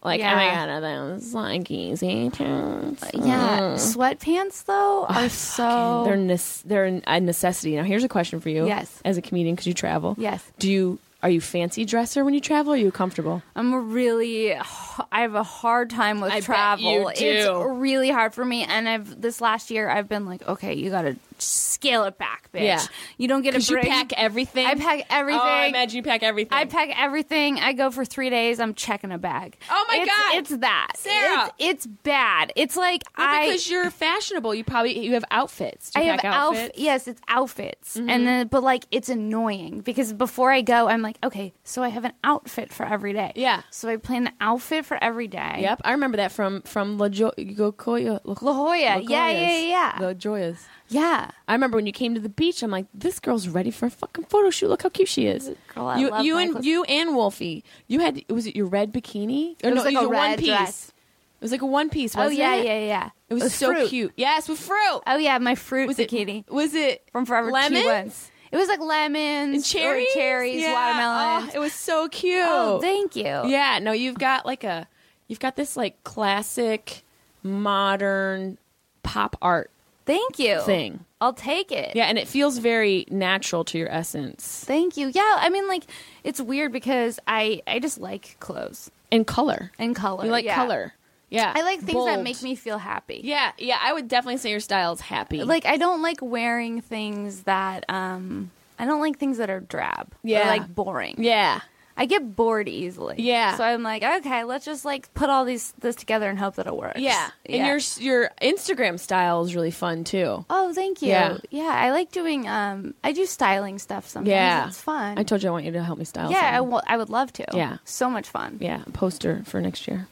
Speaker 1: Like oh my
Speaker 3: Yeah.
Speaker 1: god, are those like easy pants?
Speaker 3: Yeah, sweatpants though are so.
Speaker 1: Mm. they're nes- they're an- a necessity. Now, here's a question for you.
Speaker 3: Oh. Yes.
Speaker 1: as a comedian, because you travel.
Speaker 3: Yes.
Speaker 1: Do you are you fancy dresser when you travel? Or are you comfortable?
Speaker 3: I'm a really. I have a hard time with
Speaker 1: I bet
Speaker 3: travel.
Speaker 1: you do.
Speaker 3: It's really hard for me, and I've this last year I've been like, okay, you gotta scale it back, bitch.
Speaker 1: Yeah.
Speaker 3: You don't get a
Speaker 1: Because you
Speaker 3: break.
Speaker 1: pack everything.
Speaker 3: I pack everything.
Speaker 1: Oh, I imagine you pack everything.
Speaker 3: I pack everything. I go for three days. I'm checking a bag.
Speaker 1: Oh my
Speaker 3: It's-
Speaker 1: God.
Speaker 3: It's that,
Speaker 1: Sarah.
Speaker 3: It's, it's bad. It's like
Speaker 1: Well,
Speaker 3: I
Speaker 1: because you're fashionable. You probably you have outfits. Do
Speaker 3: I
Speaker 1: you
Speaker 3: have
Speaker 1: pack
Speaker 3: outfits.
Speaker 1: outfits. Mm-hmm.
Speaker 3: Yes, it's outfits, and then but like it's annoying because before I go, I'm like, okay, so I have an outfit for every day.
Speaker 1: Yeah.
Speaker 3: So I plan an outfit for every day.
Speaker 1: Yep, I remember that from from La, jo- La Jolla.
Speaker 3: La Jolla. Yeah, yeah, yeah, yeah.
Speaker 1: La Jolla's.
Speaker 3: Yeah.
Speaker 1: I remember when you came to the beach. I'm like, this girl's ready for a fucking photo shoot. Look how cute she is.
Speaker 3: Girl, I
Speaker 1: you,
Speaker 3: love
Speaker 1: you
Speaker 3: my
Speaker 1: and
Speaker 3: clothes.
Speaker 1: you and Wolfie. You had was it your red bikini? Or
Speaker 3: It was
Speaker 1: no,
Speaker 3: like
Speaker 1: it was a,
Speaker 3: a
Speaker 1: one
Speaker 3: red
Speaker 1: piece.
Speaker 3: dress.
Speaker 1: It was like a one piece.
Speaker 3: Oh
Speaker 1: Wasn't
Speaker 3: yeah,
Speaker 1: it?
Speaker 3: yeah, yeah.
Speaker 1: It was
Speaker 3: With
Speaker 1: so
Speaker 3: fruit.
Speaker 1: cute. Yes, with fruit.
Speaker 3: Oh yeah, my fruit
Speaker 1: was
Speaker 3: bikini
Speaker 1: it? Was it
Speaker 3: from Forever
Speaker 1: lemons?
Speaker 3: Two Ones. It was like lemons,
Speaker 1: and cherries,
Speaker 3: or cherries,
Speaker 1: Yeah.
Speaker 3: watermelon.
Speaker 1: Oh, it was so cute.
Speaker 3: Oh, thank you. Yeah.
Speaker 1: Yeah, no, you've got like a, you've got this like classic, modern, pop art
Speaker 3: Thank you.
Speaker 1: thing.
Speaker 3: I'll take it.
Speaker 1: Yeah, and it feels very natural to your essence
Speaker 3: Thank you. Yeah, I mean like it's weird because I I just like clothes
Speaker 1: and color.
Speaker 3: and color.
Speaker 1: You like
Speaker 3: yeah.
Speaker 1: color. Yeah.
Speaker 3: I like things that
Speaker 1: Bold.
Speaker 3: make me feel happy.
Speaker 1: Yeah, yeah, I would definitely say your style is happy.
Speaker 3: Like I don't like wearing things that um I don't like things that are drab. or,
Speaker 1: Yeah.
Speaker 3: like boring.
Speaker 1: yeah.
Speaker 3: I get bored easily.
Speaker 1: Yeah.
Speaker 3: So I'm like, okay, let's just like put all these this together and hope that it works.
Speaker 1: Yeah. And your your Instagram style is really fun too.
Speaker 3: Oh, thank you.
Speaker 1: Yeah.
Speaker 3: Yeah. I like doing um I do styling stuff sometimes.
Speaker 1: Yeah.
Speaker 3: It's fun.
Speaker 1: I told you I want you to help me style.
Speaker 3: yeah, I
Speaker 1: something.
Speaker 3: wa- I would love to.
Speaker 1: Yeah.
Speaker 3: So much fun.
Speaker 1: yeah, a poster for next year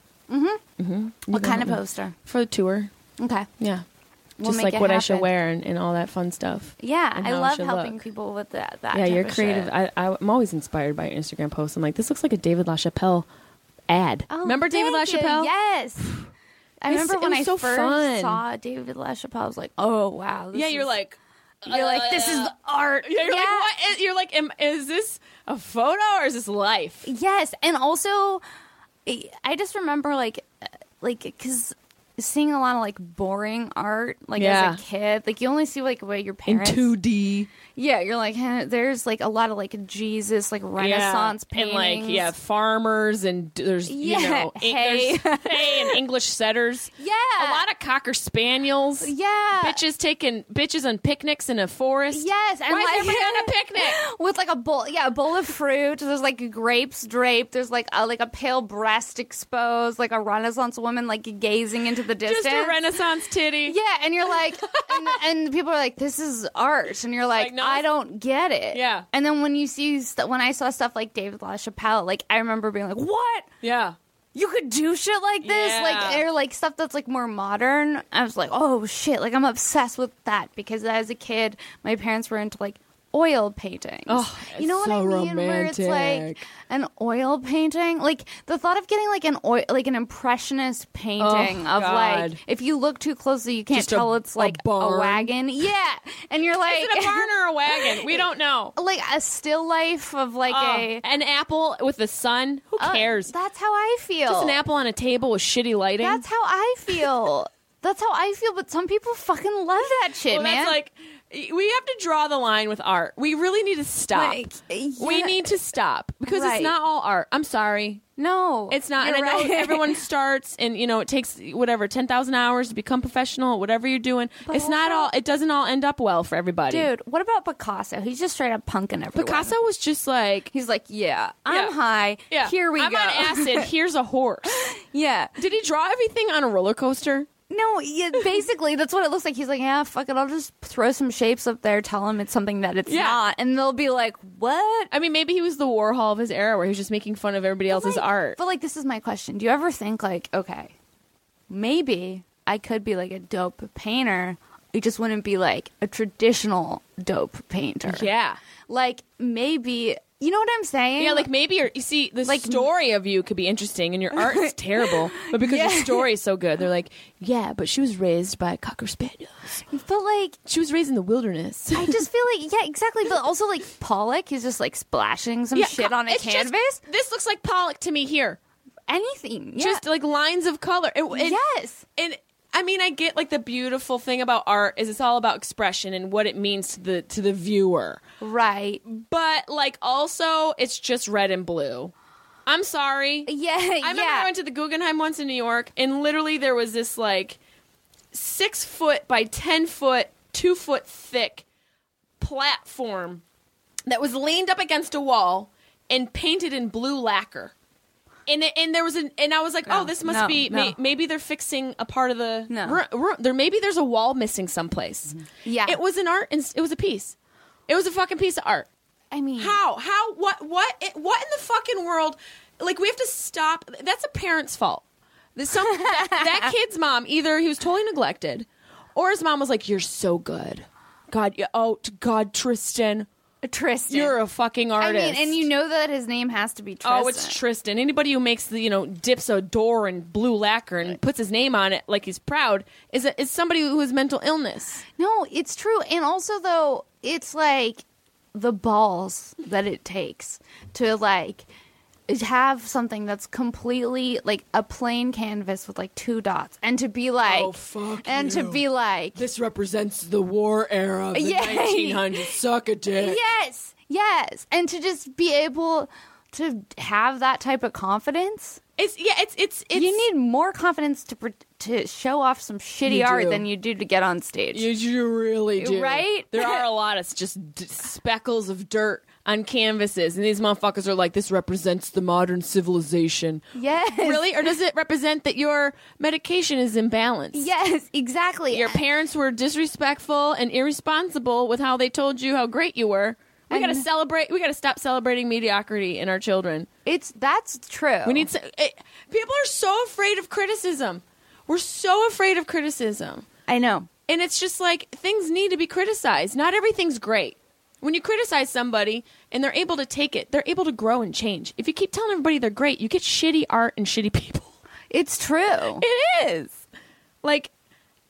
Speaker 3: What kind of poster?
Speaker 1: for the tour.
Speaker 3: Okay.
Speaker 1: Yeah.
Speaker 3: We'll
Speaker 2: just
Speaker 3: make
Speaker 2: like
Speaker 3: it
Speaker 2: what I should
Speaker 3: happen.
Speaker 2: wear and, and all that fun stuff.
Speaker 3: Yeah,
Speaker 2: and
Speaker 3: I
Speaker 2: how it
Speaker 3: love
Speaker 2: should
Speaker 3: helping
Speaker 2: look.
Speaker 3: people with that. that
Speaker 2: yeah,
Speaker 3: type
Speaker 2: you're
Speaker 3: of
Speaker 2: creative.
Speaker 3: shit.
Speaker 2: I, I, I'm always inspired by your Instagram posts. I'm like, this looks like a David LaChapelle ad.
Speaker 3: Oh,
Speaker 2: Remember David
Speaker 3: thank you.
Speaker 2: LaChapelle?
Speaker 3: Yes. I
Speaker 2: It's-
Speaker 3: remember
Speaker 2: it
Speaker 3: when
Speaker 2: was
Speaker 3: I
Speaker 2: so
Speaker 3: first
Speaker 2: fun.
Speaker 3: saw David LaChapelle, I was like, "Oh wow!" this
Speaker 1: yeah, you're
Speaker 3: is-
Speaker 1: like,
Speaker 3: you're like, "This is the art."
Speaker 1: yeah, you're like,
Speaker 3: Yeah.
Speaker 1: what? Is, you're like, am, is this a photo or is this life?
Speaker 3: Yes, and also, I I just remember like, uh, like because seeing a lot of like boring art like
Speaker 2: Yeah.
Speaker 3: as a kid like you only see like what your
Speaker 2: In
Speaker 3: parents
Speaker 2: 2D.
Speaker 3: yeah you're like huh, there's like a lot of like jesus like renaissance
Speaker 1: yeah. and
Speaker 3: paintings
Speaker 1: like yeah, farmers and d- there's you
Speaker 3: Yeah,
Speaker 1: know en-
Speaker 3: hay.
Speaker 1: there's <laughs> hay and English setters.
Speaker 3: yeah
Speaker 1: a lot of cocker spaniels.
Speaker 3: yeah
Speaker 1: bitches taking bitches on picnics in a forest.
Speaker 3: Yes, and
Speaker 1: Why is
Speaker 3: like
Speaker 1: everybody on a picnic?
Speaker 3: <laughs> with like a bowl, yeah, a bowl of fruit. There's like grapes draped. There's like a, like a pale breast exposed, like a Renaissance woman like gazing into the
Speaker 1: <laughs>
Speaker 3: distance.
Speaker 1: Just a Renaissance titty.
Speaker 3: yeah, and
Speaker 1: <laughs>
Speaker 3: you're like, and, and people are like, "This is art," and you're like,
Speaker 1: like, no,
Speaker 3: "I
Speaker 1: it's-
Speaker 3: don't get it."
Speaker 1: Yeah.
Speaker 3: and then when you see st- when I saw stuff like David LaChapelle, like I remember being like, "What?
Speaker 1: yeah.
Speaker 3: You could do shit like this?" Like
Speaker 1: Yeah.
Speaker 3: or like stuff that's like more modern. I was like, "Oh shit!" Like I'm obsessed with that because as a kid, my parents were into like oil paintings.
Speaker 2: Oh,
Speaker 3: you know
Speaker 2: it's
Speaker 3: what I mean?
Speaker 2: so
Speaker 3: Where it's like
Speaker 2: romantic.
Speaker 3: an oil painting. Like the thought of getting like an oil, like an impressionist painting
Speaker 2: Oh,
Speaker 3: of
Speaker 2: God.
Speaker 3: like if you look too closely, you can't
Speaker 2: Just a-
Speaker 3: tell it's
Speaker 2: a
Speaker 3: like a,
Speaker 2: barn.
Speaker 3: wagon. Yeah, and you're like
Speaker 1: Is it a barn or a wagon? We don't know.
Speaker 3: <laughs> like a still life of like
Speaker 1: Oh,
Speaker 3: a.
Speaker 1: an apple with the sun. Who
Speaker 3: Oh,
Speaker 1: cares?
Speaker 3: that's how I feel.
Speaker 1: Just an apple on a table with shitty lighting.
Speaker 3: That's how I
Speaker 1: <laughs>
Speaker 3: feel. that's how I feel. But some people fucking love that shit,
Speaker 1: well,
Speaker 3: man.
Speaker 1: that's like we have to draw the line with art. We really need to stop.
Speaker 3: Like,
Speaker 1: We
Speaker 3: yeah.
Speaker 1: need to stop because
Speaker 3: Right.
Speaker 1: it's not all art. I'm sorry.
Speaker 3: no,
Speaker 1: It's not.
Speaker 3: You're
Speaker 1: and I
Speaker 3: right. <laughs>
Speaker 1: know everyone starts, and you know it takes whatever ten thousand hours to become professional. Whatever you're doing,
Speaker 3: But
Speaker 1: it's not all.
Speaker 3: also-
Speaker 1: It doesn't all end up well for everybody.
Speaker 3: Dude, what about Picasso? He's just straight up punking everyone.
Speaker 1: Picasso was just like,
Speaker 3: He's like, yeah, I'm
Speaker 1: Yeah.
Speaker 3: high.
Speaker 1: yeah,
Speaker 3: Here we
Speaker 1: I'm
Speaker 3: go.
Speaker 1: on acid. Here's a horse.
Speaker 3: <laughs> yeah.
Speaker 1: Did he draw everything on a roller coaster?
Speaker 3: No, yeah, basically, that's what it looks like. He's like, yeah, fuck it. I'll just throw some shapes up there, tell him it's something that it's
Speaker 1: Yeah.
Speaker 3: not. And they'll be like, what?
Speaker 1: I mean, maybe he was the Warhol of his era, where he was just making fun of everybody else's
Speaker 3: Like-
Speaker 1: art.
Speaker 3: But, like, this is my question. Do you ever think, like, okay, maybe I could be, like, a dope painter. I just wouldn't be, like, a traditional dope painter.
Speaker 1: Yeah,
Speaker 3: Like, maybe, you know what I'm saying?
Speaker 1: yeah. Like maybe you're, you see the
Speaker 3: Like-
Speaker 1: story of you could be interesting, and your
Speaker 3: <laughs>
Speaker 1: art is terrible, but because your story is so good, they're like, yeah. But she was raised by cocker spaniels.
Speaker 3: but, like,
Speaker 1: She was raised in the wilderness.
Speaker 3: I just feel like, yeah, exactly. But also, like, Pollock, he's just, like, splashing some shit on a
Speaker 1: it's just-
Speaker 3: canvas.
Speaker 1: this looks like Pollock to me here.
Speaker 3: Anything. Yeah.
Speaker 1: Just like lines of color. It- it-
Speaker 3: yes.
Speaker 1: And I mean, I get like the beautiful thing about art is it's all about expression and what it means to the to the viewer.
Speaker 3: Right.
Speaker 1: But like also, it's just red and blue. I'm sorry.
Speaker 3: Yeah.
Speaker 1: I
Speaker 3: <laughs>
Speaker 1: remember I
Speaker 3: yeah.
Speaker 1: went to the Guggenheim once in New York, and literally there was this like six foot by ten foot, two foot thick platform that was leaned up against a wall and painted in blue lacquer. And it- and there was an and I was like,
Speaker 3: No,
Speaker 1: oh, this must
Speaker 3: no,
Speaker 1: be
Speaker 3: no.
Speaker 1: may, maybe they're fixing a part of the
Speaker 3: No.
Speaker 1: ru- ru- there maybe there's a wall missing someplace.
Speaker 3: Yeah.
Speaker 1: it was an art. ins- It was a piece. It was a fucking piece of art.
Speaker 3: I mean,
Speaker 1: How? How? What? What? It, what in the fucking world? Like we have to stop. That's a parent's fault. That Some <laughs> that,
Speaker 3: <laughs>
Speaker 1: that kid's mom either he was totally neglected, or his mom was like, "You're so good, God. you- Oh, t- God, Tristan,
Speaker 3: Tristan.
Speaker 1: you're a fucking
Speaker 3: I
Speaker 1: artist."
Speaker 3: mean, and you know that his name has to be Tristan.
Speaker 1: Oh, it's Tristan. Anybody who makes the you know dips a door in blue lacquer and puts his name on it like he's proud is a, is somebody who has mental illness.
Speaker 3: No, it's true. And also, though, it's like the balls that it takes to like have something that's completely like a plain canvas with like two dots, and to be like,
Speaker 4: Oh, fuck
Speaker 3: and to
Speaker 4: you.
Speaker 3: be like,
Speaker 4: This represents the war era of
Speaker 1: <laughs>
Speaker 4: the
Speaker 3: Yay.
Speaker 4: 1900s. Suck a dick.
Speaker 3: yes, yes, and to just be able to have that type of confidence.
Speaker 1: It's yeah. It's it's it's
Speaker 3: you need more confidence to pr- to show off some shitty
Speaker 4: You
Speaker 3: art
Speaker 4: do.
Speaker 3: than you do to get on stage.
Speaker 4: You, you really do.
Speaker 3: Right?
Speaker 1: There are a lot of just d- speckles of dirt on canvases, and these motherfuckers are like, "This represents the modern civilization."
Speaker 3: Yes.
Speaker 1: really, or does it represent that your medication is imbalanced?
Speaker 3: Yes, exactly.
Speaker 1: Your parents were disrespectful and irresponsible with how they told you how great you were. We gotta celebrate. We gotta stop celebrating mediocrity in our children.
Speaker 3: It's that's true.
Speaker 1: We need. To, eh, it, people are so afraid of criticism. We're so afraid of criticism.
Speaker 3: I know.
Speaker 1: And it's just like things need to be criticized. Not everything's great. When you criticize somebody and they're able to take it, they're able to grow and change. If you keep telling everybody they're great, you get shitty art and shitty people. <laughs>
Speaker 3: It's true.
Speaker 1: It is. Like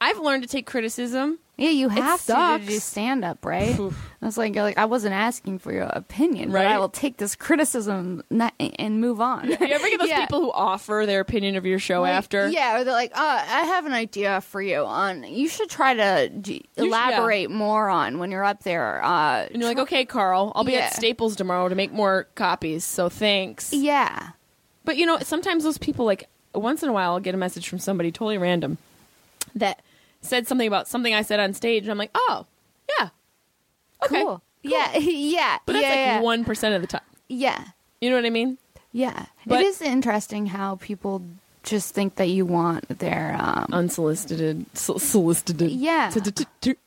Speaker 1: I've learned to take criticism.
Speaker 3: Yeah, you have to,
Speaker 1: sucks.
Speaker 3: to do stand up, right? I was like, you're like I wasn't asking for your opinion, but
Speaker 1: Right.
Speaker 3: I will take this criticism not, and move on.
Speaker 1: You ever
Speaker 3: <laughs>
Speaker 1: get those
Speaker 3: Yeah.
Speaker 1: people who offer their opinion of your show after?
Speaker 3: Yeah, or they're like, uh, I have an idea for you on. You should try to d-
Speaker 1: should- yeah.
Speaker 3: elaborate more on when you're up there. Uh,
Speaker 1: And you're like, okay, Carl, I'll be
Speaker 3: Yeah.
Speaker 1: at Staples tomorrow to make more copies. So thanks.
Speaker 3: yeah,
Speaker 1: But you know, sometimes those people, like, once in a while, I'll get a message from somebody totally random that said something about something I said on stage, and I'm like, oh, yeah. Okay.
Speaker 3: cool. Yeah, <laughs> yeah,
Speaker 1: But that's
Speaker 3: yeah, yeah.
Speaker 1: like one of the time.
Speaker 3: yeah,
Speaker 1: You know what I mean?
Speaker 3: yeah.
Speaker 1: But-
Speaker 3: it is interesting how people just think that you want their um,
Speaker 1: Unsolicited, so- solicited.
Speaker 3: Yeah.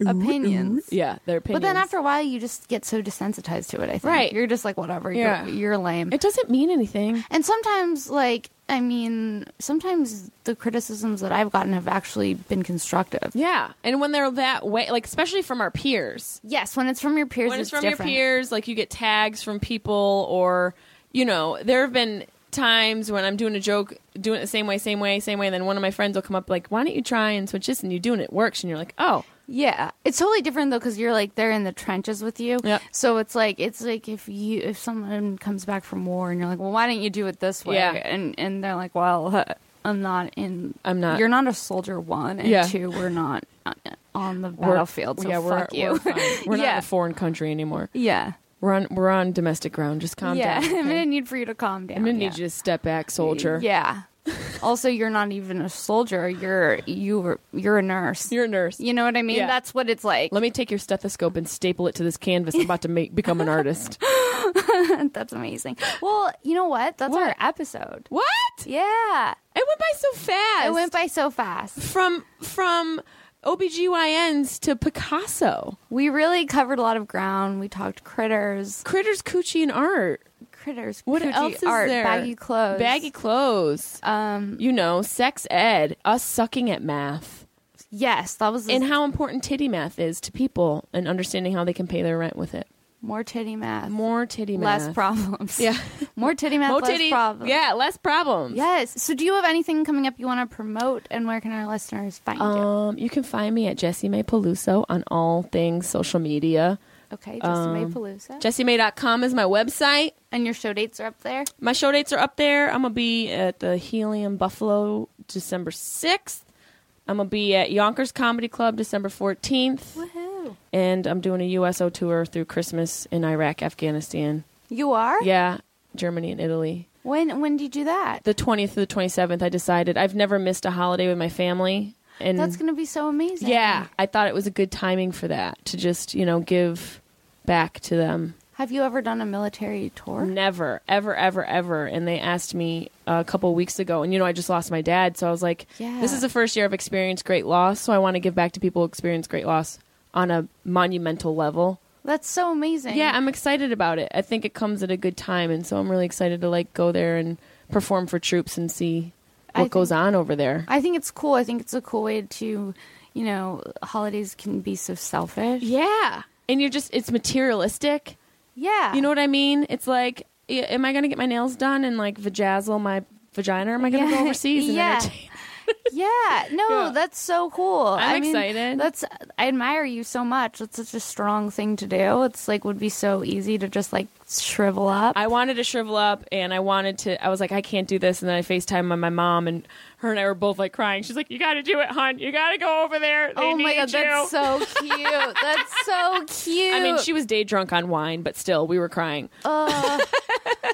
Speaker 3: Opinions.
Speaker 1: Yeah, their opinions.
Speaker 3: But then after a while, you just get so desensitized to it. I think
Speaker 1: Right.
Speaker 3: you're just like whatever.
Speaker 1: Yeah.
Speaker 3: You're, you're lame.
Speaker 1: it doesn't mean anything.
Speaker 3: and sometimes, like I mean, sometimes the criticisms that I've gotten have actually been constructive.
Speaker 1: Yeah, and when they're that way, like especially from our peers,
Speaker 3: Yes, when it's from your peers,
Speaker 1: when it's, from
Speaker 3: different.
Speaker 1: your peers like you get tags from people or you know there have been times when i'm doing a joke doing it the same way same way same way and then one of my friends will come up like why don't you try and switch this and you do and it works and you're like oh
Speaker 3: Yeah, it's totally different though because you're like they're in the trenches with you.
Speaker 1: Yep.
Speaker 3: So it's like it's like if you if someone comes back from war and you're like, well, why didn't you do it this way?
Speaker 1: Yeah.
Speaker 3: And and they're like, well, huh, I'm not in.
Speaker 1: I'm not-
Speaker 3: You're not a soldier. One and
Speaker 1: Yeah.
Speaker 3: two, we're not on- on the
Speaker 1: we're-
Speaker 3: battlefield. So
Speaker 1: yeah we're,
Speaker 3: fuck you.
Speaker 1: we're,
Speaker 3: <laughs>
Speaker 1: fine. we're not in
Speaker 3: Yeah.
Speaker 1: a foreign country anymore
Speaker 3: yeah.
Speaker 1: we're on we're on domestic ground just calm
Speaker 3: <laughs> yeah.
Speaker 1: down
Speaker 3: I'm
Speaker 1: okay?
Speaker 3: gonna need for you to calm down.
Speaker 1: i'm gonna
Speaker 3: yeah.
Speaker 1: need you to step back soldier <laughs>
Speaker 3: Yeah. also, you're not even a soldier. You're you were you're a nurse.
Speaker 1: you're a nurse
Speaker 3: you know what I mean?
Speaker 1: Yeah.
Speaker 3: That's what it's like.
Speaker 1: let me take your stethoscope and staple it to this canvas. I'm about to make, become an
Speaker 3: <laughs>
Speaker 1: artist.
Speaker 3: <laughs> That's amazing. Well, you know what? That's our
Speaker 1: What?
Speaker 3: episode.
Speaker 1: what? It
Speaker 3: Yeah.
Speaker 1: went by so fast.
Speaker 3: It went by so fast.
Speaker 1: from from OBGYNs to Picasso.
Speaker 3: We really covered a lot of ground. We talked critters,
Speaker 1: Critters, coochie, and art.
Speaker 3: critters,
Speaker 1: What
Speaker 3: coochie
Speaker 1: else is
Speaker 3: art,
Speaker 1: there?
Speaker 3: baggy clothes.
Speaker 1: Baggy clothes.
Speaker 3: Um,
Speaker 1: You know, sex ed. Us sucking at math.
Speaker 3: yes, that was
Speaker 1: And how important titty math is to people and understanding how they can pay their rent with it.
Speaker 3: more titty math,
Speaker 1: More titty math.
Speaker 3: less problems.
Speaker 1: Yeah.
Speaker 3: <laughs> More titty math,
Speaker 1: More
Speaker 3: less
Speaker 1: titty.
Speaker 3: problems.
Speaker 1: Yeah, less problems.
Speaker 3: Yes. So do you have anything coming up you want to promote and where can our listeners find you?
Speaker 1: Um, you can find me at Jessie May Peluso on all things social media.
Speaker 3: Okay, just May
Speaker 1: um,
Speaker 3: Palooza.
Speaker 1: JessieMay.com is my website.
Speaker 3: and your show dates are up there.
Speaker 1: My show dates are up there. I'm gonna be at the Helium Buffalo December sixth. I'm gonna be at Yonkers Comedy Club December fourteenth,
Speaker 3: Woohoo.
Speaker 1: and I'm doing a USO tour through Christmas in Iraq, Afghanistan,
Speaker 3: You are?
Speaker 1: yeah, Germany and Italy.
Speaker 3: When when do you do that?
Speaker 1: The twentieth to the twenty seventh. I decided I've never missed a holiday with my family, and
Speaker 3: That's going to be so amazing.
Speaker 1: yeah, I thought it was a good timing for that to just you know give back to them.
Speaker 3: Have you ever done a military tour?
Speaker 1: Never, ever, ever, ever. And they asked me a couple weeks ago, and you know, I just lost my dad, so I was like,
Speaker 3: Yeah.
Speaker 1: "This is the first year I've experienced great loss, so I want to give back to people who experience great loss on a monumental level."
Speaker 3: That's so amazing.
Speaker 1: Yeah, I'm excited about it. I think it comes at a good time, and so I'm really excited to like go there and perform for troops and see
Speaker 3: I
Speaker 1: what goes
Speaker 3: think-
Speaker 1: on over there.
Speaker 3: I think it's cool. I think it's a cool way to, you know, holidays can be so selfish.
Speaker 1: yeah, and you're just—it's materialistic.
Speaker 3: Yeah.
Speaker 1: You know what I mean? It's like, y- am I going to get my nails done and like vajazzle my vagina? Or am I going to
Speaker 3: Yeah. <laughs>
Speaker 1: go overseas and
Speaker 3: Yeah.
Speaker 1: entertain?
Speaker 3: yeah. No,
Speaker 1: Yeah.
Speaker 3: that's so cool.
Speaker 1: I'm
Speaker 3: I mean,
Speaker 1: excited.
Speaker 3: That's I admire you so much. That's such a strong thing to do. It's like would be so easy to just like shrivel up.
Speaker 1: I wanted to shrivel up and I wanted to I was like, I can't do this and then I FaceTime my, my mom and her and I were both like crying. She's like, You gotta do it, hon. You gotta go over there. They
Speaker 3: oh my
Speaker 1: need
Speaker 3: god,
Speaker 1: you."
Speaker 3: that's so cute. that's so cute.
Speaker 1: <laughs> I mean, she was day drunk on wine, but still we were crying.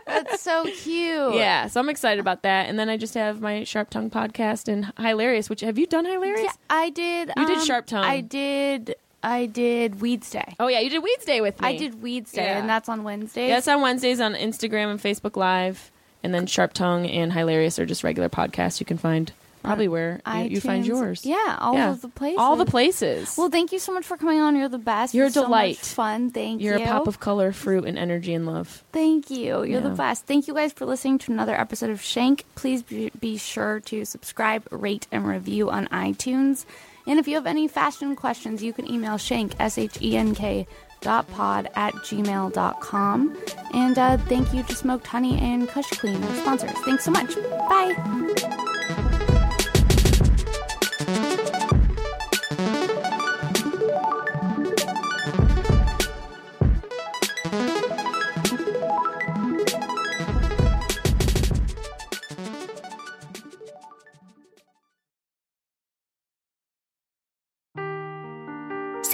Speaker 3: that's so cute.
Speaker 1: yeah. So I'm excited about that. And then I just have my Sharp Tongue podcast and Hilarious, which have you done Hilarious?
Speaker 3: Yeah, I did.
Speaker 1: You did
Speaker 3: um,
Speaker 1: Sharp Tongue.
Speaker 3: I did. I did Weeds Day.
Speaker 1: Oh yeah, you did Weeds Day with me.
Speaker 3: I did Weeds Day,
Speaker 1: Yeah.
Speaker 3: and that's on Wednesday.
Speaker 1: Yes, on Wednesdays on Instagram and Facebook Live. And then Sharp Tongue and Hilarious are just regular podcasts you can find
Speaker 3: Uh,
Speaker 1: probably where you, you find
Speaker 3: iTunes.
Speaker 1: yours.
Speaker 3: Yeah, all
Speaker 1: Yeah.
Speaker 3: of the places.
Speaker 1: All the places.
Speaker 3: Well, thank you so much for coming on. You're the best.
Speaker 1: You're a
Speaker 3: It's so much
Speaker 1: delight.
Speaker 3: fun. Thank
Speaker 1: You're
Speaker 3: you.
Speaker 1: a pop of color, fruit, and energy and love.
Speaker 3: Thank you. You're the
Speaker 1: Yeah.
Speaker 3: best. Thank you guys for listening to another episode of Shank. Please be, be sure to subscribe, rate, and review on iTunes. And if you have any fashion questions, you can email shank, S-H-E-N-K, dot pod at gmail.com. And uh, thank you to Smoked Honey and Kush Queen, our sponsors. Thanks so much. Bye.